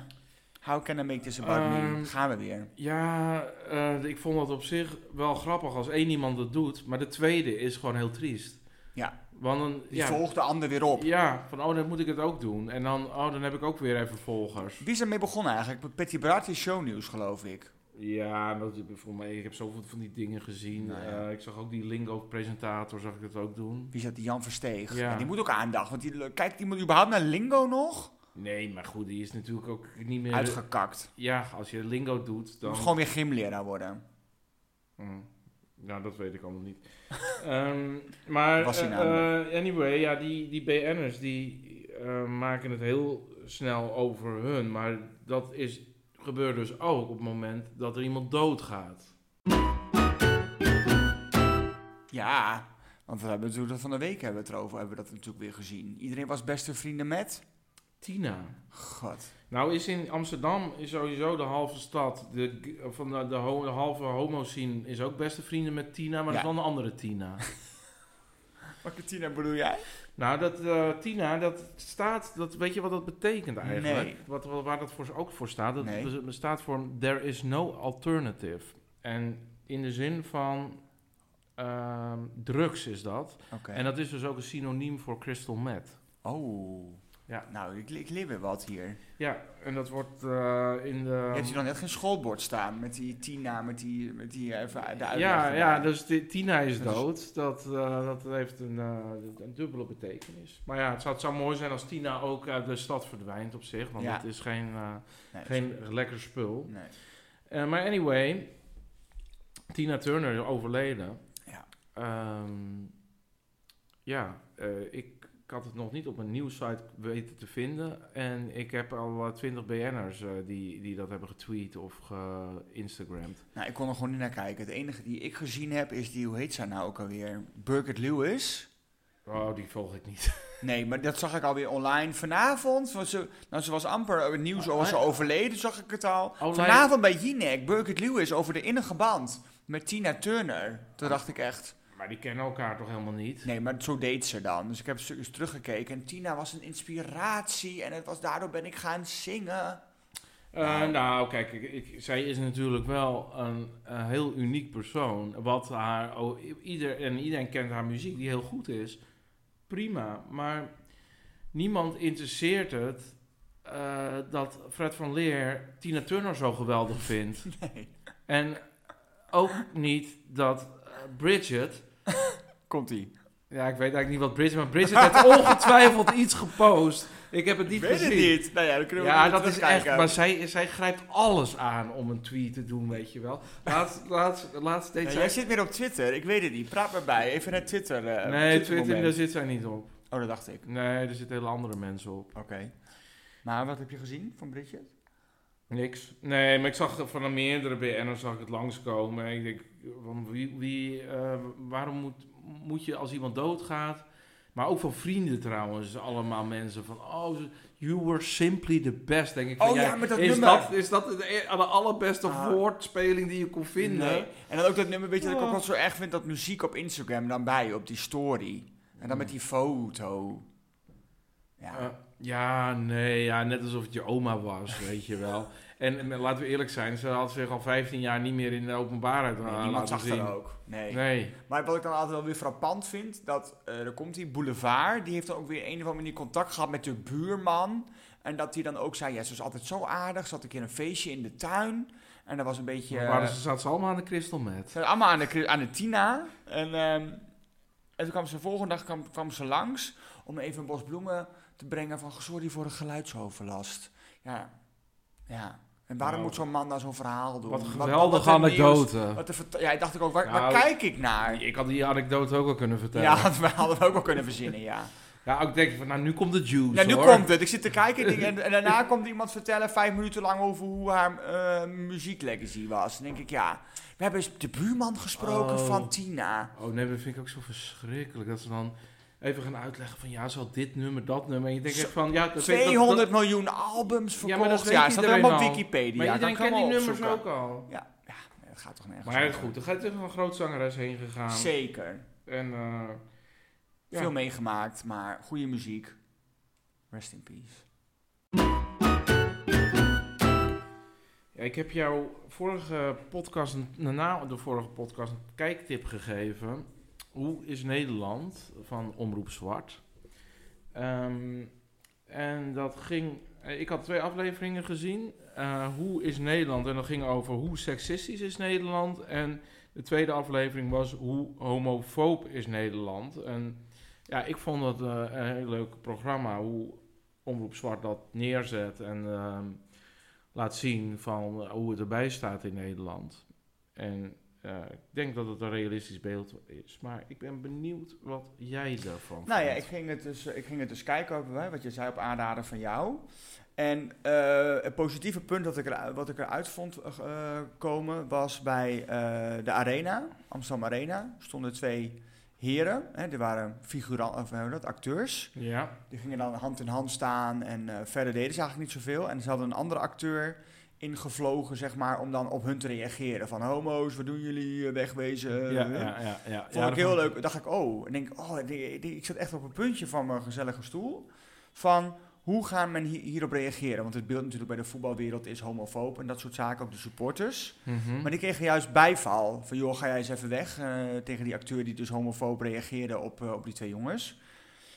Speaker 2: how can I make this about me?
Speaker 1: Ehm,
Speaker 2: Gaan we weer.
Speaker 1: ja eh, ik vond dat op zich wel grappig als één iemand dat doet. Maar de tweede is gewoon heel triest.
Speaker 2: Ja.
Speaker 1: Want een,
Speaker 2: Die
Speaker 1: ja,
Speaker 2: volgt de ander weer op.
Speaker 1: Ja, van oh, dan moet ik het ook doen. En dan, oh, dan heb ik ook weer even volgers.
Speaker 2: Wie is ermee begonnen eigenlijk? Petty Bart is shownieuws, geloof ik.
Speaker 1: Ja, dat, voor mij, ik heb zoveel van die dingen gezien.
Speaker 2: Nou ja.
Speaker 1: Eh, ik zag ook die Lingo-presentator, zag ik dat ook doen.
Speaker 2: Wie zat die Jan Versteeg?
Speaker 1: Ja.
Speaker 2: En die moet ook aandacht, want die, kijkt iemand überhaupt naar Lingo nog?
Speaker 1: Nee, maar goed, die is natuurlijk ook niet meer...
Speaker 2: Uitgekakt.
Speaker 1: ja, als je Lingo doet,
Speaker 2: Je
Speaker 1: dan...
Speaker 2: moet gewoon weer gymleraar worden.
Speaker 1: Mm. Nou, dat weet ik allemaal niet. Ehm, maar
Speaker 2: Was hij
Speaker 1: eh,
Speaker 2: namelijk.
Speaker 1: eh, anyway, ja, die, die BN'ers die eh, maken het heel snel over hun. Maar dat is, gebeurt dus ook op het moment dat er iemand doodgaat.
Speaker 2: Ja, want we hebben natuurlijk dat van de week hebben we het erover, hebben we dat natuurlijk weer gezien. Iedereen was beste vrienden met.
Speaker 1: Tina.
Speaker 2: God.
Speaker 1: Nou is in Amsterdam is sowieso de halve stad, de, g- van de, de, ho- de halve homo scene is ook beste vrienden met Tina, maar dat is
Speaker 2: Ja.
Speaker 1: wel een andere Tina.
Speaker 2: Welke Tina bedoel jij?
Speaker 1: nou, dat eh, Tina, dat staat, dat, weet je wat dat betekent eigenlijk?
Speaker 2: Nee.
Speaker 1: Wat, wat- waar dat voor, ook voor staat, dat
Speaker 2: Nee.
Speaker 1: bes- staat voor there is no alternative. En in de zin van ehm, drugs is dat.
Speaker 2: Oké.
Speaker 1: En dat is dus ook een synoniem voor crystal meth.
Speaker 2: Oh.
Speaker 1: Ja. Ehm.
Speaker 2: Nou, ik, ik leer weer wat hier.
Speaker 1: Ja, en dat wordt eh, in de...
Speaker 2: Je hebt hier dan net geen schoolbord staan met die Tina, met die, met die eh, even de uitleg
Speaker 1: Ja,
Speaker 2: erbij.
Speaker 1: ja, dus Ti- Tina is
Speaker 2: Dat is-
Speaker 1: dood. Dat, eh, dat heeft een, eh, een dubbele betekenis. Maar ja, het zou, het zou mooi zijn als Tina ook uit de stad verdwijnt op zich. Want
Speaker 2: Ja.
Speaker 1: het is geen, eh,
Speaker 2: Nee,
Speaker 1: geen lekker spul.
Speaker 2: nee.
Speaker 1: Eh, maar anyway, Tina Turner is overleden.
Speaker 2: Ja.
Speaker 1: Ehm, ja, eh, ik, ik had het nog niet op een nieuwssite weten te vinden. En ik heb al twintig BN'ers eh, die, die dat hebben getweet of geïnstagramd.
Speaker 2: Nou, ik kon er gewoon niet naar kijken. Het enige die ik gezien heb is die, hoe heet zij nou ook alweer? Burkett Lewis?
Speaker 1: Oh, die volg ik niet.
Speaker 2: Nee, maar dat zag ik alweer online vanavond. Want ze, nou, ze was amper eh, het nieuws over ze overleden, zag ik het al.
Speaker 1: Oh, Online-
Speaker 2: Vanavond bij Jinek, Burkett Lewis over de innige band met Tina Turner. Toen dacht ik echt,
Speaker 1: Maar die kennen elkaar toch helemaal niet?
Speaker 2: nee, maar zo deed ze dan. Dus ik heb stukjes teruggekeken en Tina was een inspiratie en het was, daardoor ben ik gaan zingen.
Speaker 1: Eh, nou, kijk, ik, ik- zij is natuurlijk wel een, een heel uniek persoon. Wat haar, oh, i- ieder, en iedereen kent haar muziek, die heel goed is. Prima, maar niemand interesseert het eh, dat Fred van Leer Tina Turner zo geweldig vindt.
Speaker 2: Nee.
Speaker 1: En ook niet dat eh, Bridget
Speaker 2: Komt-ie.
Speaker 1: Ja, ik weet eigenlijk niet wat Bridget... Maar Bridget heeft ongetwijfeld iets gepost. Ik heb het niet
Speaker 2: Ik weet het
Speaker 1: gezien.
Speaker 2: niet. Nou ja, dan kunnen we
Speaker 1: Ja,
Speaker 2: weer
Speaker 1: dat is echt.
Speaker 2: terugkijken.
Speaker 1: Maar zij, zij grijpt alles aan om een tweet te doen, weet je wel. Laatst, laatst, laatst deed
Speaker 2: Ja,
Speaker 1: zij.
Speaker 2: jij zit weer op Twitter, ik weet het niet. Praat maar bij, even naar Twitter. eh,
Speaker 1: nee,
Speaker 2: Twittermoment.
Speaker 1: Twitter, daar zit zij niet op.
Speaker 2: Oh, dat dacht ik.
Speaker 1: Nee, er zitten hele andere mensen op.
Speaker 2: Oké. Maar wat heb je gezien van Bridget?
Speaker 1: Niks. Nee, maar ik zag er van een meerdere BN'ers zag ik het langskomen. En ik denk, van wie, wie, eh, waarom moet, moet je als iemand doodgaat... Maar ook van vrienden trouwens, allemaal mensen van... Oh, ze- you were simply the best, denk ik. Van,
Speaker 2: Oh ja, maar dat
Speaker 1: is
Speaker 2: nummer.
Speaker 1: Dat, is dat de, de allerbeste
Speaker 2: Ah.
Speaker 1: woordspeling die je kon vinden?
Speaker 2: Nee. En dan ook dat nummer, weet je, dat ik
Speaker 1: Oh.
Speaker 2: ook altijd zo erg vind, dat muziek op Instagram dan bij, op die story. En dan met die foto. Ja.
Speaker 1: Eh, ja, nee, ja, net alsof het je oma was, weet je wel. En, en laten we eerlijk zijn, ze had zich al 15 jaar niet meer in de openbaarheid
Speaker 2: Nee,
Speaker 1: eh,
Speaker 2: niemand
Speaker 1: laten
Speaker 2: zag
Speaker 1: zien.
Speaker 2: dat ook. Nee.
Speaker 1: Nee,
Speaker 2: Maar wat ik dan altijd wel weer frappant vind, dat eh, er komt die boulevard, die heeft dan ook weer een of andere manier contact gehad met de buurman. En dat die dan ook zei, ja, ze was altijd zo aardig, ze had een keer een feestje in de tuin. En dat was een beetje...
Speaker 1: maar
Speaker 2: eh,
Speaker 1: waren ze zat ze allemaal aan de crystal met.
Speaker 2: Ze zijn allemaal aan de, kri- aan de Tina. En, ehm, en toen kwam ze de volgende dag kwam, kwam ze langs om even een bos bloemen te brengen van sorry voor de geluidsoverlast. Ja, ja. En waarom
Speaker 1: Nou.
Speaker 2: moet zo'n man nou zo'n verhaal doen?
Speaker 1: Wat een
Speaker 2: Wat-
Speaker 1: geweldige
Speaker 2: wat een nieuws,
Speaker 1: anekdote.
Speaker 2: Wat een verta- ja, dacht ik ook, waar,
Speaker 1: Nou,
Speaker 2: waar kijk ik naar?
Speaker 1: Ik had die anekdote ook al kunnen vertellen.
Speaker 2: Ja,
Speaker 1: Ja,
Speaker 2: we hadden het ook wel kunnen verzinnen, ja.
Speaker 1: ik denk van, nou, nu komt de juice,
Speaker 2: Ja, nu
Speaker 1: hoor.
Speaker 2: komt het. Ik zit te kijken en, en daarna komt iemand vertellen vijf minuten lang over hoe haar eh, muzieklegacy was. Dan denk ik, ja, we hebben eens de buurman gesproken
Speaker 1: Oh.
Speaker 2: van Tina.
Speaker 1: Oh nee, dat vind ik ook zo verschrikkelijk, dat ze dan... Even gaan uitleggen van ja, ze had dit nummer, dat nummer. En je denkt
Speaker 2: Zo-
Speaker 1: echt van ja, dat weet- dat-
Speaker 2: 200 miljoen albums
Speaker 1: Ja, maar
Speaker 2: verkocht.
Speaker 1: dat
Speaker 2: Ja,
Speaker 1: weet
Speaker 2: het staat
Speaker 1: iedereen
Speaker 2: helemaal op
Speaker 1: al.
Speaker 2: Wikipedia.
Speaker 1: Maar iedereen
Speaker 2: kan ik
Speaker 1: kent die
Speaker 2: allemaal
Speaker 1: nummers
Speaker 2: opzoeken.
Speaker 1: ook al.
Speaker 2: Ja, dat gaat toch nergens
Speaker 1: Maar
Speaker 2: over.
Speaker 1: goed, er gaat even een groot zangeres heen gegaan.
Speaker 2: Zeker.
Speaker 1: En eh, ja.
Speaker 2: Veel meegemaakt, maar goede muziek. Rest in peace.
Speaker 1: Ja, ik heb jou vorige podcast, een- na de vorige podcast, een kijktip gegeven. Hoe is Nederland van Omroep Zwart? Ehm, en dat ging. eh, Ik had twee afleveringen gezien. Eh, hoe is Nederland? En dat ging over hoe seksistisch is Nederland. En de tweede aflevering was hoe homofoob is Nederland. En ja, ik vond dat eh, een heel leuk programma. Hoe Omroep Zwart dat neerzet. En. ehm, laat zien van eh, hoe het erbij staat in Nederland. En eh, ik denk dat het een realistisch beeld is. Maar ik ben benieuwd wat jij daarvan
Speaker 2: Nou ja,
Speaker 1: vindt.
Speaker 2: ik ging het dus, ik ging het dus kijken over hè, wat je zei op aanraden van jou. En eh, het positieve punt dat ik er, wat ik eruit vond eh, komen was bij eh, de Arena, Amsterdam Arena. Stonden twee heren. Hè, er waren figuranten, of hoe heet dat, acteurs.
Speaker 1: Ja.
Speaker 2: Die gingen dan hand in hand staan en eh, verder deden ze eigenlijk niet zoveel. En ze hadden een andere acteur ingevlogen, zeg maar, om dan op hun te reageren. Van homo's, wat doen jullie, Eh, wegwezen.
Speaker 1: ja, ja, ja, ja.
Speaker 2: Vond
Speaker 1: Ja,
Speaker 2: ik
Speaker 1: dat
Speaker 2: heel leuk. Dacht ik, oh, en denk, oh die- die- ik zat echt op een puntje van mijn gezellige stoel. Van hoe gaan men hi- hierop reageren? Want het beeld natuurlijk bij de voetbalwereld is homofoob en dat soort zaken, ook de supporters.
Speaker 1: Mhm.
Speaker 2: Maar die kregen juist bijval. Van joh, ga jij eens even weg eh, tegen die acteur die dus homofoob reageerde op, eh, op die twee jongens.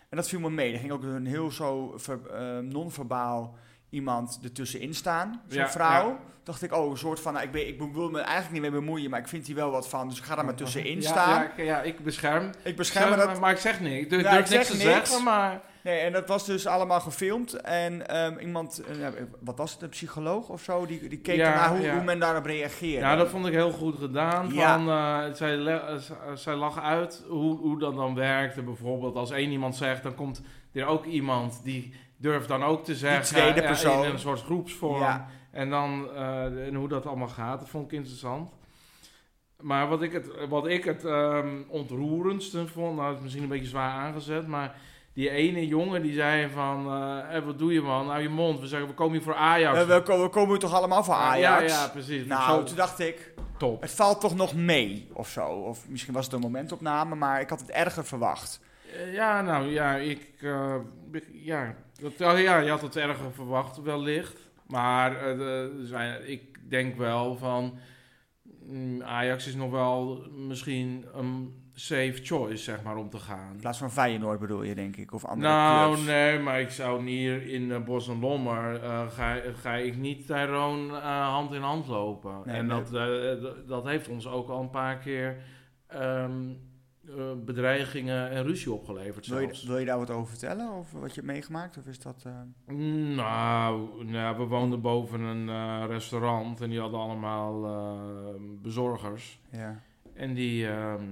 Speaker 2: En dat viel me mee. Er ging ook een heel zo ver- eh, non-verbaal iemand ertussenin staan. Zo'n
Speaker 1: Ja,
Speaker 2: vrouw.
Speaker 1: ja.
Speaker 2: Dacht ik, oh, een soort van, nou, ik, ben, ik wil me eigenlijk niet mee bemoeien, maar ik vind hier wel wat van. Dus ik ga daar maar tussenin
Speaker 1: Ja,
Speaker 2: staan.
Speaker 1: Ja, ik- ja, ik bescherm.
Speaker 2: Ik bescherm me
Speaker 1: Zo,
Speaker 2: dat.
Speaker 1: maar, maar ik zeg niks. Ik durf
Speaker 2: Ja,
Speaker 1: durf
Speaker 2: ik
Speaker 1: niks
Speaker 2: zeg
Speaker 1: te
Speaker 2: niks.
Speaker 1: zeggen, maar...
Speaker 2: Nee, en dat was dus allemaal gefilmd. En ehm, iemand, eh, ja, wat was het, een psycholoog of zo, die, die keek
Speaker 1: Ja,
Speaker 2: naar hoe,
Speaker 1: ja.
Speaker 2: hoe men daarop reageerde.
Speaker 1: Ja, dat vond ik heel goed gedaan.
Speaker 2: Ja.
Speaker 1: Van, eh, zij, le- eh, z- eh, zij lag uit hoe, hoe dat dan werkte. Bijvoorbeeld als één iemand zegt, dan komt er ook iemand die durft dan ook te zeggen.
Speaker 2: tweede
Speaker 1: eh,
Speaker 2: persoon.
Speaker 1: In een soort groepsvorm.
Speaker 2: Ja.
Speaker 1: En dan eh, en hoe dat allemaal gaat, dat vond ik interessant. Maar wat ik het, wat ik het ehm, ontroerendste vond, nou het is misschien een beetje zwaar aangezet, maar die ene jongen die zei van, eh, "Hé, wat doe je man, nou je mond. We zeggen, we komen hier voor Ajax.
Speaker 2: Eh, we, ko- we komen toch allemaal van Ajax?
Speaker 1: Ja, ja, precies.
Speaker 2: Nou,
Speaker 1: Zo
Speaker 2: toen dacht ik,
Speaker 1: top.
Speaker 2: het valt toch nog mee of zo. Of misschien was het een momentopname, maar ik had het erger verwacht.
Speaker 1: Eh, Ja, nou ja, ik. eh, ik- ja, dat, oh ja, je had het erger verwacht, wellicht. Maar eh, de- zijn, ik denk wel van. mm, Ajax is nog wel misschien een safe choice, zeg maar, om te gaan.
Speaker 2: In plaats van Feyenoord bedoel je, denk ik, of andere
Speaker 1: Nou,
Speaker 2: clubs.
Speaker 1: nee, maar ik zou hier in eh, Bos en Lommer. eh, ga, ga ik niet Tyrone eh, hand in hand lopen.
Speaker 2: Nee,
Speaker 1: en
Speaker 2: nee.
Speaker 1: Dat, eh, d- dat heeft ons ook al een paar keer. ehm, eh, bedreigingen en ruzie opgeleverd.
Speaker 2: Wil
Speaker 1: zelfs.
Speaker 2: je, wil je daar wat over vertellen? Of wat je hebt meegemaakt? Of is dat... eh,
Speaker 1: Nou, nou, we woonden boven een eh, restaurant en die hadden allemaal eh, bezorgers.
Speaker 2: ja.
Speaker 1: En die, ehm,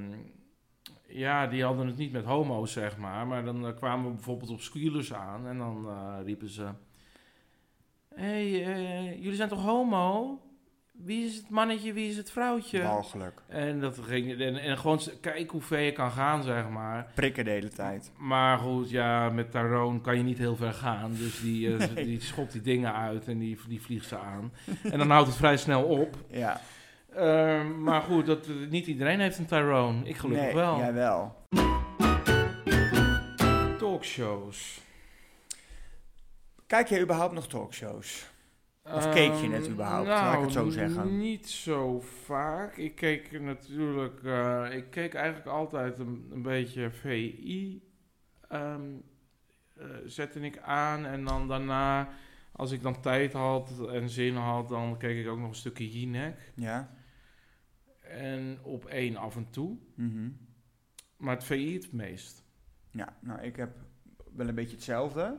Speaker 1: ja, die hadden het niet met homo's, zeg maar. Maar dan eh, kwamen we bijvoorbeeld op squealers aan en dan eh, riepen ze... Hé, hey, eh, jullie zijn toch homo? Wie is het mannetje, wie is het vrouwtje?
Speaker 2: Walgelijk.
Speaker 1: En, dat ging, en, en gewoon s- kijk hoe ver je kan gaan, zeg maar.
Speaker 2: Prikken de hele tijd.
Speaker 1: Maar goed, ja, met Tyrone kan je niet heel ver gaan. Dus die, eh,
Speaker 2: Nee.
Speaker 1: die schopt die dingen uit en die, die vliegt ze aan. En dan houdt het vrij snel op.
Speaker 2: Ja.
Speaker 1: Eh, maar goed, dat, eh, niet iedereen heeft een Tyrone. Ik gelukkig
Speaker 2: nee,
Speaker 1: wel.
Speaker 2: jij wel.
Speaker 1: Talkshows.
Speaker 2: Kijk je überhaupt nog talkshows? Of keek je het
Speaker 1: Ehm,
Speaker 2: überhaupt?
Speaker 1: Nou,
Speaker 2: Laat ik het zo zeggen.
Speaker 1: Niet zo vaak. Ik keek natuurlijk. eh, ik keek eigenlijk altijd een, een beetje VI. ehm, eh, zette ik aan en dan daarna, als ik dan tijd had en zin had, dan keek ik ook nog een stukje Jinek.
Speaker 2: Ja.
Speaker 1: En op één af en toe.
Speaker 2: Mhm.
Speaker 1: Maar het VI het meest.
Speaker 2: Ja, nou, ik heb wel een beetje hetzelfde.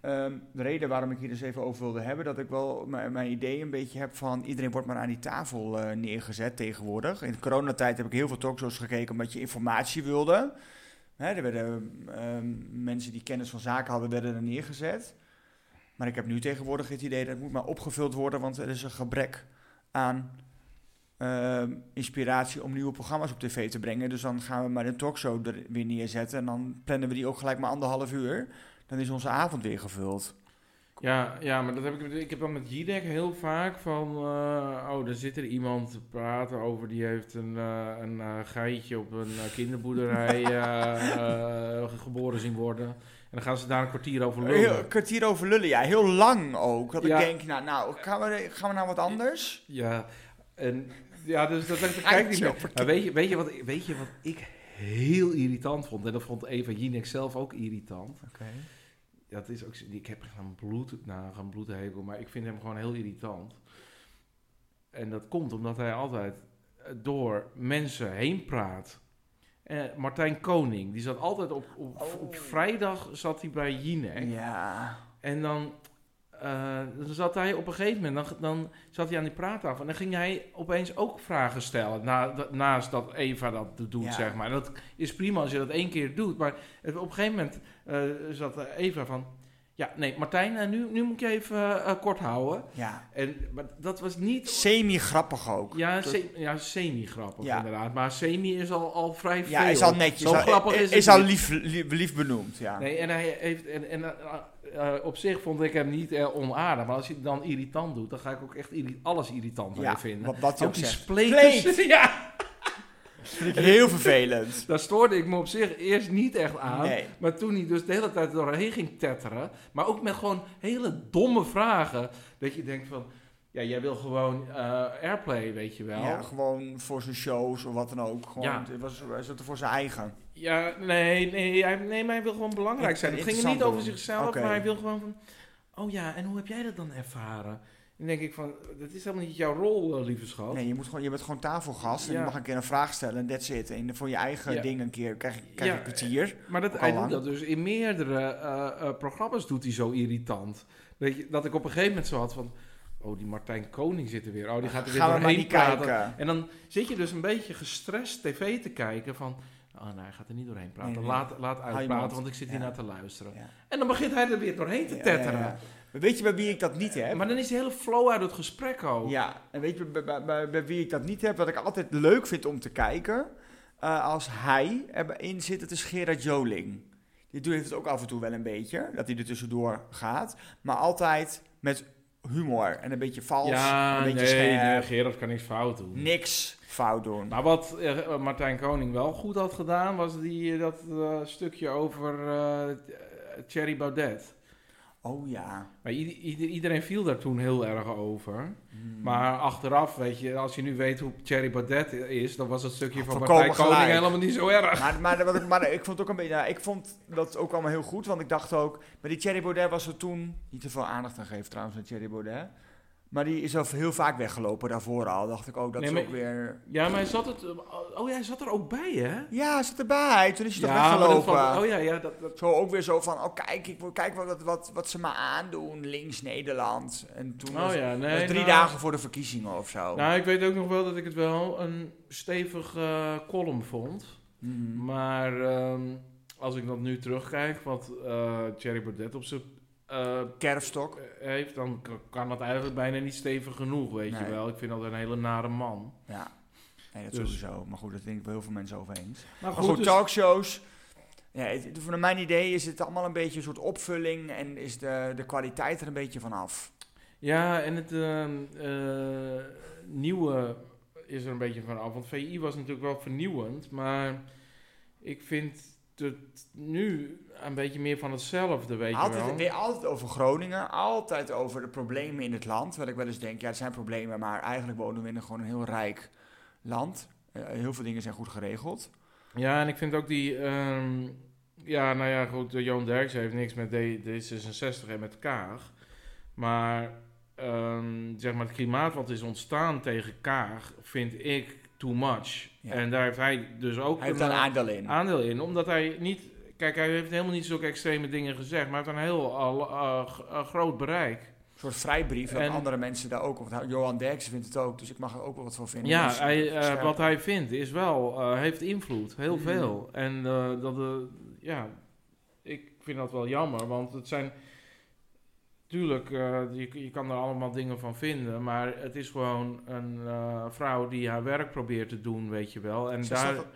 Speaker 2: Ehm, de reden waarom ik hier dus even over wilde hebben, dat ik wel mijn mijn idee een beetje heb van iedereen wordt maar aan die tafel eh, neergezet tegenwoordig. In de coronatijd heb ik heel veel talkshows gekeken omdat je informatie wilde. Hè, er werden ehm, mensen die kennis van zaken hadden, werden er neergezet. Maar ik heb nu tegenwoordig het idee dat het moet maar opgevuld worden, want er is een gebrek aan ehm, inspiratie om nieuwe programma's op tv te brengen. Dus dan gaan we maar een talkshow er weer neerzetten. En dan plannen we die ook gelijk maar anderhalf uur. Dan is onze avond weer gevuld.
Speaker 1: Ja, ja, maar dat heb ik, ik heb dan met Jidek heel vaak van... eh, oh, daar zit er iemand te praten over... die heeft een, eh, een eh, geitje op een eh, kinderboerderij eh, eh, geboren zien worden. En dan gaan ze daar een kwartier over
Speaker 2: Heel,
Speaker 1: lullen.
Speaker 2: een kwartier over lullen, ja. Heel lang ook. Dat
Speaker 1: Ja.
Speaker 2: ik denk, nou, nou gaan, we, gaan we naar wat anders?
Speaker 1: Ja, en... Ja, dus dat dat kijk ik niet
Speaker 2: Geitje
Speaker 1: meer. Maar weet je, weet, je wat, weet je wat ik heel irritant vond? En dat vond Eva Jinek zelf ook irritant.
Speaker 2: Oké.
Speaker 1: Dat is ook, zo- ik heb echt een bloed, nou, geen bloedhekel, maar ik vind hem gewoon heel irritant. En dat komt omdat hij altijd eh, door mensen heen praat. Eh, Martijn Koning, die zat altijd op, op,
Speaker 2: Oh.
Speaker 1: op vrijdag zat hij bij Jinek.
Speaker 2: Ja.
Speaker 1: En dan, eh, dan zat hij op een gegeven moment, dan, dan zat hij aan die praattafel. En dan ging hij opeens ook vragen stellen, na, da- naast dat Eva dat do- doet,
Speaker 2: Ja.
Speaker 1: zeg maar. En dat is prima als je dat één keer doet. Maar het- op een gegeven moment eh, zat Eva van... Ja, nee, Martijn, eh, nu, nu moet je even eh, kort houden.
Speaker 2: Ja.
Speaker 1: En, maar dat was niet...
Speaker 2: Semi-grappig ook.
Speaker 1: Ja,
Speaker 2: Dat-
Speaker 1: se- ja semi-grappig
Speaker 2: Ja.
Speaker 1: inderdaad. Maar semi is al, al vrij veel.
Speaker 2: Ja, is al netjes.
Speaker 1: Zo grappig is het
Speaker 2: Is al
Speaker 1: niet.
Speaker 2: lief, lief, lief benoemd, ja.
Speaker 1: Nee, en hij heeft... En, en, eh, eh, op zich vond ik hem niet eh, onaardig. Maar als je het dan irritant doet, dan ga ik ook echt irri- alles irritant aan je
Speaker 2: ja,
Speaker 1: vinden.
Speaker 2: wat, wat hij
Speaker 1: Ook Oh,
Speaker 2: ook
Speaker 1: die
Speaker 2: zegt.
Speaker 1: spleet. Ja,
Speaker 2: Vind ik heel vervelend.
Speaker 1: daar stoorde ik me op zich eerst niet echt aan.
Speaker 2: Nee.
Speaker 1: Maar toen hij dus de hele tijd doorheen ging tetteren, maar ook met gewoon hele domme vragen, dat je denkt van, ja, jij wil gewoon eh, airplay, weet je wel.
Speaker 2: Ja,
Speaker 1: Ja,
Speaker 2: gewoon voor zijn shows of wat dan ook. Gewoon,
Speaker 1: Ja.
Speaker 2: Het was, hij zat er voor zijn eigen.
Speaker 1: nee, nee, hij, nee, maar hij wil gewoon belangrijk
Speaker 2: Ik-
Speaker 1: zijn. Het ging er niet
Speaker 2: interessant
Speaker 1: over
Speaker 2: doen.
Speaker 1: zichzelf,
Speaker 2: Oké.
Speaker 1: maar hij wil gewoon van, oh ja, en hoe heb jij dat dan ervaren? En dan denk ik van, dat is helemaal niet jouw rol, eh, lieve schat.
Speaker 2: Nee, je, moet gewoon, je bent gewoon tafelgast en
Speaker 1: Ja.
Speaker 2: je mag een keer een vraag stellen en that's it. En voor je eigen
Speaker 1: Ja.
Speaker 2: ding een keer krijg, je- krijg je
Speaker 1: Ja,
Speaker 2: een kwartier.
Speaker 1: Maar dat,
Speaker 2: Ook al
Speaker 1: hij doet
Speaker 2: lang.
Speaker 1: dat dus in meerdere eh, eh, programma's doet hij zo irritant. Dat, je, dat ik op een gegeven moment zo had van... Oh, die Martijn Koning zit er weer. Oh, die gaat er weer
Speaker 2: Gaan we maar
Speaker 1: doorheen
Speaker 2: niet
Speaker 1: praten.
Speaker 2: kijken.
Speaker 1: En dan zit je dus een beetje gestrest tv te kijken van... Oh, nou, hij gaat er niet doorheen praten.
Speaker 2: Nee, nee.
Speaker 1: Laat, laat
Speaker 2: je
Speaker 1: uitpraten,
Speaker 2: mond.
Speaker 1: want ik zit hier
Speaker 2: Ja.
Speaker 1: naar te luisteren.
Speaker 2: Ja.
Speaker 1: En dan begint hij er weer doorheen te
Speaker 2: Ja,
Speaker 1: tetteren.
Speaker 2: ja, ja. Maar weet je bij wie ik dat niet heb?
Speaker 1: Maar dan is de hele flow uit het gesprek ook.
Speaker 2: Ja, en weet je bij, bij- bij, bij wie ik dat niet heb? Wat ik altijd leuk vind om te kijken, eh, als hij erin zit, het is Gerard Joling. Die doet het ook af en toe wel een beetje, dat hij er tussendoor gaat. Maar altijd met humor en een beetje vals,
Speaker 1: Ja,
Speaker 2: een beetje
Speaker 1: nee, nee,
Speaker 2: scherp.
Speaker 1: Gerard kan niks fout doen.
Speaker 2: Niks fout doen.
Speaker 1: Maar wat eh, Martijn Koning wel goed had gedaan, was die, dat eh, stukje over eh Thierry Baudet.
Speaker 2: Oh ja.
Speaker 1: Maar ieder- ieder- iedereen viel daar toen heel erg over.
Speaker 2: Hmm.
Speaker 1: Maar achteraf, weet je, als je nu weet hoe Thierry Baudet is, dan was dat stukje van
Speaker 2: Volkomen
Speaker 1: Martijn Koning
Speaker 2: gelijk.
Speaker 1: helemaal niet zo erg.
Speaker 2: Maar, maar, wat ik, maar ik vond het ook een beetje. nou, ik vond dat ook allemaal heel goed. Want ik dacht ook. Maar die Thierry Baudet was er toen. Niet te veel aandacht aan geven trouwens aan Thierry Baudet. Maar die is al heel vaak weggelopen daarvoor al. Dacht ik ook. Dat
Speaker 1: Nee,
Speaker 2: is
Speaker 1: maar-
Speaker 2: ook weer.
Speaker 1: Ja, maar hij zat het. Oh ja, hij zat er ook bij, hè?
Speaker 2: Ja, hij zit erbij. Toen is hij toch
Speaker 1: maar dat
Speaker 2: weggelopen.
Speaker 1: valt- oh ja, ja, dat, dat,
Speaker 2: Zo ook weer zo van. Oh, kijk, ik, wil- kijk wat, wat, wat ze me aandoen. Links Nederland. En toen was
Speaker 1: oh ja,
Speaker 2: dat
Speaker 1: nee.
Speaker 2: was drie
Speaker 1: nou-
Speaker 2: dagen voor de verkiezingen of zo.
Speaker 1: Nou, ik weet ook nog wel dat ik het wel een stevige eh, column vond.
Speaker 2: Mhm.
Speaker 1: Maar ehm, als ik dat nu terugkijk, wat eh Thierry Baudet op zijn eh,
Speaker 2: Kerfstok.
Speaker 1: heeft, dan k- kan dat eigenlijk bijna niet stevig genoeg, weet je
Speaker 2: Nee.
Speaker 1: wel. Ik vind dat een hele nare man.
Speaker 2: Ja. Nee, dat
Speaker 1: Dus-
Speaker 2: sowieso. Maar goed, dat denk ik wel heel veel mensen over eens.
Speaker 1: Maar dus-
Speaker 2: Maar goed, dus- talkshows. Ja, het- het- voor mijn idee is het allemaal een beetje een soort opvulling en is de, de kwaliteit er een beetje van af.
Speaker 1: Ja, en het ehm, eh, nieuwe is er een beetje van af. Want VI was natuurlijk wel vernieuwend, maar ik vind het nu een beetje meer van hetzelfde, weet je wel.
Speaker 2: Altijd, weer altijd over Groningen, altijd over de problemen in het land. Wat ik wel eens denk, ja, er zijn problemen, maar eigenlijk wonen we in een gewoon een heel rijk land. Eh, heel veel dingen zijn goed geregeld.
Speaker 1: Ja, en ik vind ook die. ehm, ja, nou ja, goed. eh, Johan Derks heeft niks met D- D66 en met Kaag. Maar ehm, zeg maar, het klimaat wat is ontstaan tegen Kaag vind ik too much.
Speaker 2: Ja.
Speaker 1: En daar heeft hij dus ook
Speaker 2: Hij heeft daar een aandeel in.
Speaker 1: aandeel in. Omdat hij niet. Kijk, hij heeft helemaal niet zulke extreme dingen gezegd. Maar hij heeft een heel al, eh, g- eh, groot bereik.
Speaker 2: Een soort vrijbrief dat
Speaker 1: En-
Speaker 2: andere mensen daar ook. Want Johan Derksen vindt het ook, dus ik mag er ook wel wat van vinden.
Speaker 1: Ja,
Speaker 2: Dus-
Speaker 1: hij, eh,
Speaker 2: scherp.
Speaker 1: wat hij vindt is wel, eh, heeft invloed, heel
Speaker 2: Mm.
Speaker 1: veel. En eh, dat, eh, ja, ik vind dat wel jammer, want het zijn, tuurlijk, eh, je, je kan er allemaal dingen van vinden, maar het is gewoon een eh, vrouw die haar werk probeert te doen, weet je wel. En
Speaker 2: Ze
Speaker 1: daar, eh,
Speaker 2: zat-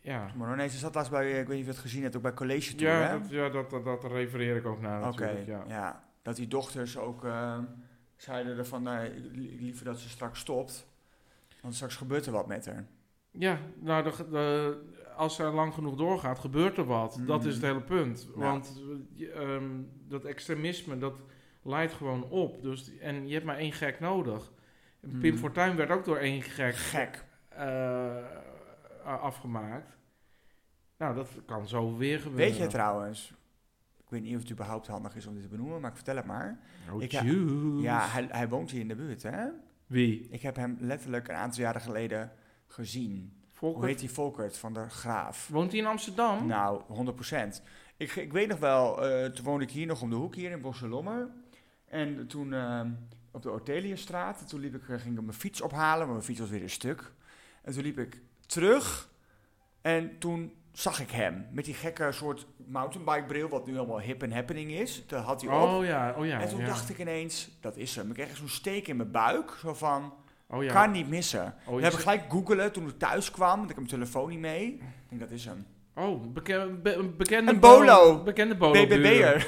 Speaker 1: ja,
Speaker 2: Maar nee, ze zat laatst bij, eh, ik weet niet of je het gezien hebt, ook bij College Tour,
Speaker 1: ja,
Speaker 2: hè?
Speaker 1: dat, ja dat, dat, dat refereer ik ook naar
Speaker 2: Oké,
Speaker 1: natuurlijk,
Speaker 2: ja.
Speaker 1: ja.
Speaker 2: Dat die dochters ook eh, zeiden ervan, nou, ik li- ik liever dat ze straks stopt. Want straks gebeurt er wat met haar.
Speaker 1: Ja, nou, de, de- als er lang genoeg doorgaat, gebeurt er wat.
Speaker 2: Mm.
Speaker 1: Dat is het hele punt.
Speaker 2: Ja.
Speaker 1: Want eh, je, ehm, dat extremisme, dat leidt gewoon op. Dus, die- en je hebt maar één gek nodig. En Pim
Speaker 2: Mm.
Speaker 1: Fortuyn werd ook door één gek
Speaker 2: Gek.
Speaker 1: eh, a- afgemaakt. Nou, dat kan zo weer gebeuren.
Speaker 2: Weet je trouwens, ik weet niet of het überhaupt handig is om dit te benoemen, maar ik vertel het maar.
Speaker 1: Oh,
Speaker 2: Ik-
Speaker 1: juice.
Speaker 2: Ja, hij, hij woont hier in de buurt, hè?
Speaker 1: Wie?
Speaker 2: Ik heb hem letterlijk een aantal jaren geleden gezien. Hoe
Speaker 1: Volker?
Speaker 2: heet die Volkert van der Graaf?
Speaker 1: Woont hij in Amsterdam?
Speaker 2: Nou, 100 Ik, ik weet nog wel, eh, toen woonde ik hier nog om de hoek, hier in Bosselommer. En toen eh, op de Orteliusstraat, en toen liep ik, eh, ging ik mijn fiets ophalen, maar mijn fiets was weer een stuk. En toen liep ik terug en toen zag ik hem met die gekke soort mountainbike bril, wat nu helemaal hip en happening is. Dat had hij op.
Speaker 1: Oh ja, oh ja.
Speaker 2: en toen
Speaker 1: ja.
Speaker 2: dacht ik ineens, dat is hem. Ik kreeg echt zo'n steek in mijn buik, zo van,
Speaker 1: oh, ja.
Speaker 2: kan niet missen.
Speaker 1: oh,
Speaker 2: We
Speaker 1: je
Speaker 2: hebben
Speaker 1: zegt-
Speaker 2: gelijk googelen toen ik thuis kwam, want ik heb mijn telefoon niet mee. Ik denk, dat is hem.
Speaker 1: oh beken- be- een bekende
Speaker 2: Een bolo.
Speaker 1: bolo- Bekende bolo.
Speaker 2: BBB'er.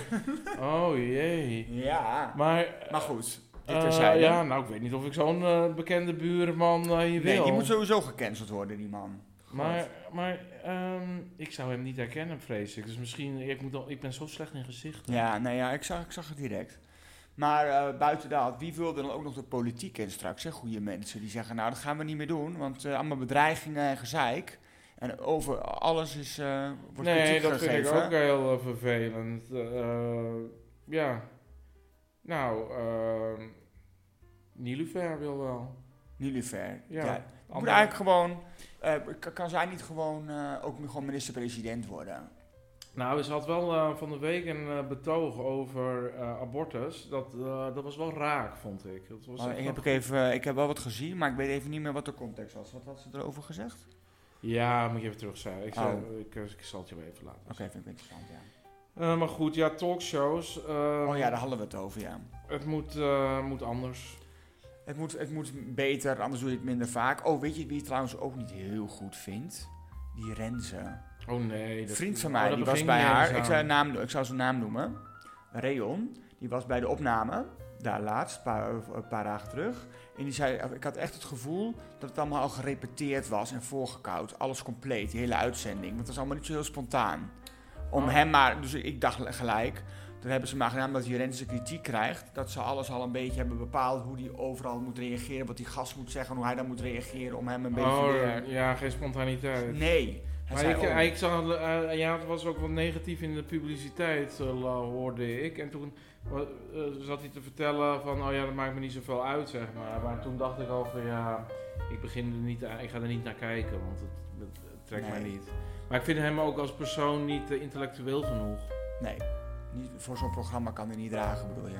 Speaker 1: Oh jee.
Speaker 2: Ja.
Speaker 1: Maar.
Speaker 2: Maar goed, dit
Speaker 1: eh,
Speaker 2: terzijde.
Speaker 1: ja, nou, ik weet niet of ik zo'n eh, bekende buurman eh, hier
Speaker 2: Nee,
Speaker 1: wil.
Speaker 2: die moet sowieso gecanceld worden, die man.
Speaker 1: Maar, maar ehm, ik zou hem niet herkennen, vrees ik. Dus misschien, ik, moet al, ik ben zo slecht in gezichten.
Speaker 2: Ja, nou ja, ik zag, ik zag het direct. Maar eh, buiten dat, wie wil er dan ook nog de politiek in straks? Hè? Goede mensen die zeggen, nou dat gaan we niet meer doen, want eh, allemaal bedreigingen en gezeik. En over alles is, eh, wordt
Speaker 1: nee,
Speaker 2: kritiek
Speaker 1: dat
Speaker 2: gegeven.
Speaker 1: vind ik ook heel eh, vervelend. Eh, ja. Nou, ehm Nilufer wil wel.
Speaker 2: Nilufer.
Speaker 1: Ja.
Speaker 2: Ja. Moet eigenlijk gewoon, eh, kan, kan zij niet gewoon eh, ook gewoon minister-president worden?
Speaker 1: Nou, ze had wel eh, van de week een eh, betoog over eh, abortus. Dat, eh, dat was wel raak, vond ik. Dat was echt
Speaker 2: Maar Oh, ik,
Speaker 1: wel-
Speaker 2: heb ook even, eh, ik heb wel wat gezien, maar ik weet even niet meer wat de context was. Wat had ze erover gezegd?
Speaker 1: Ja, moet je even terugzeggen. Ik, zal-
Speaker 2: Oh.
Speaker 1: ik, ik zal het je wel even laten.
Speaker 2: Oké, vind ik interessant, ja.
Speaker 1: Eh, maar goed, ja, talkshows. ehm,
Speaker 2: Oh ja, daar hadden we het over, ja.
Speaker 1: Het moet, eh, moet anders.
Speaker 2: Het moet, het moet beter, anders doe je het minder vaak. Oh, weet je wie ik trouwens ook niet heel goed vind? Die Renze.
Speaker 1: Oh nee.
Speaker 2: Een
Speaker 1: dat-
Speaker 2: vriend van
Speaker 1: oh,
Speaker 2: mij,
Speaker 1: daar
Speaker 2: die was
Speaker 1: begin
Speaker 2: bij
Speaker 1: je
Speaker 2: haar.
Speaker 1: eens
Speaker 2: Ik nou, zou,
Speaker 1: aan.
Speaker 2: haar naam, no- ik zou zijn naam noemen. Reon. Die was bij de opname, daar laatst, een paar, een paar dagen terug. En die zei, ik had echt het gevoel dat het allemaal al gerepeteerd was en voorgekoud. Alles compleet, die hele uitzending. Want het was allemaal niet zo heel spontaan. Om
Speaker 1: Oh.
Speaker 2: hem maar, dus ik dacht gelijk, dan hebben ze maar gedaan dat die Renze kritiek krijgt. Dat ze alles al een beetje hebben bepaald hoe die overal moet reageren. Wat die gast moet zeggen, en hoe hij dan moet reageren om hem een beetje
Speaker 1: Oh,
Speaker 2: weer...
Speaker 1: ja, geen spontaniteit.
Speaker 2: Nee. Hij
Speaker 1: Maar
Speaker 2: zei,
Speaker 1: ik,
Speaker 2: oh.
Speaker 1: eh, ik zag, eh, ja, het was ook wat negatief in de publiciteit, eh, la- hoorde ik. En toen wa- eh, zat hij te vertellen van, oh ja, dat maakt me niet zoveel uit, zeg maar. Maar toen dacht ik al van, ja, ik, begin er niet aan, ik ga er niet naar kijken, want het, het- het trekt mij
Speaker 2: Nee.
Speaker 1: niet. Maar ik vind hem ook als persoon niet eh, intellectueel genoeg.
Speaker 2: Nee, niet, voor zo'n programma kan hij niet dragen, bedoel je.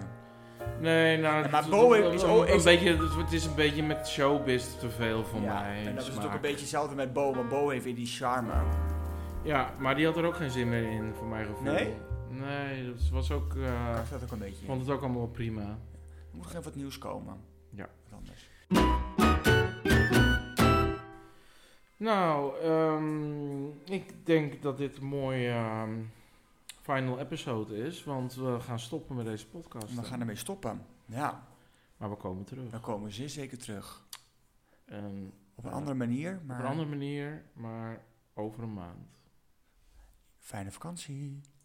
Speaker 1: Nee, nou,
Speaker 2: Ja, maar
Speaker 1: het-
Speaker 2: Bo
Speaker 1: het-
Speaker 2: is-
Speaker 1: een-
Speaker 2: oh,
Speaker 1: een
Speaker 2: is-
Speaker 1: beetje, het, het is een beetje met showbiz te veel voor
Speaker 2: ja,
Speaker 1: mij.
Speaker 2: en dat is natuurlijk
Speaker 1: smaak.
Speaker 2: een beetje hetzelfde met Bo, want Bo heeft weer die charme.
Speaker 1: Ja, maar die had er ook geen zin meer in, voor mijn gevoel.
Speaker 2: Nee?
Speaker 1: Nee, dat was ook... eh,
Speaker 2: Ik dat ook een beetje.
Speaker 1: Ik
Speaker 2: in.
Speaker 1: vond het ook allemaal prima.
Speaker 2: Er moet nog even wat nieuws komen.
Speaker 1: Ja.
Speaker 2: Wat anders.
Speaker 1: Nou, ehm, ik denk dat dit een mooie ehm, final episode is, want we gaan stoppen met deze podcast.
Speaker 2: We gaan ermee stoppen. Ja,
Speaker 1: Maar we komen terug. Ehm,
Speaker 2: dan komen we zeer zeker terug.
Speaker 1: En
Speaker 2: Op een
Speaker 1: Ja.
Speaker 2: andere manier, maar
Speaker 1: Op een andere manier, maar over een maand.
Speaker 2: fijne vakantie.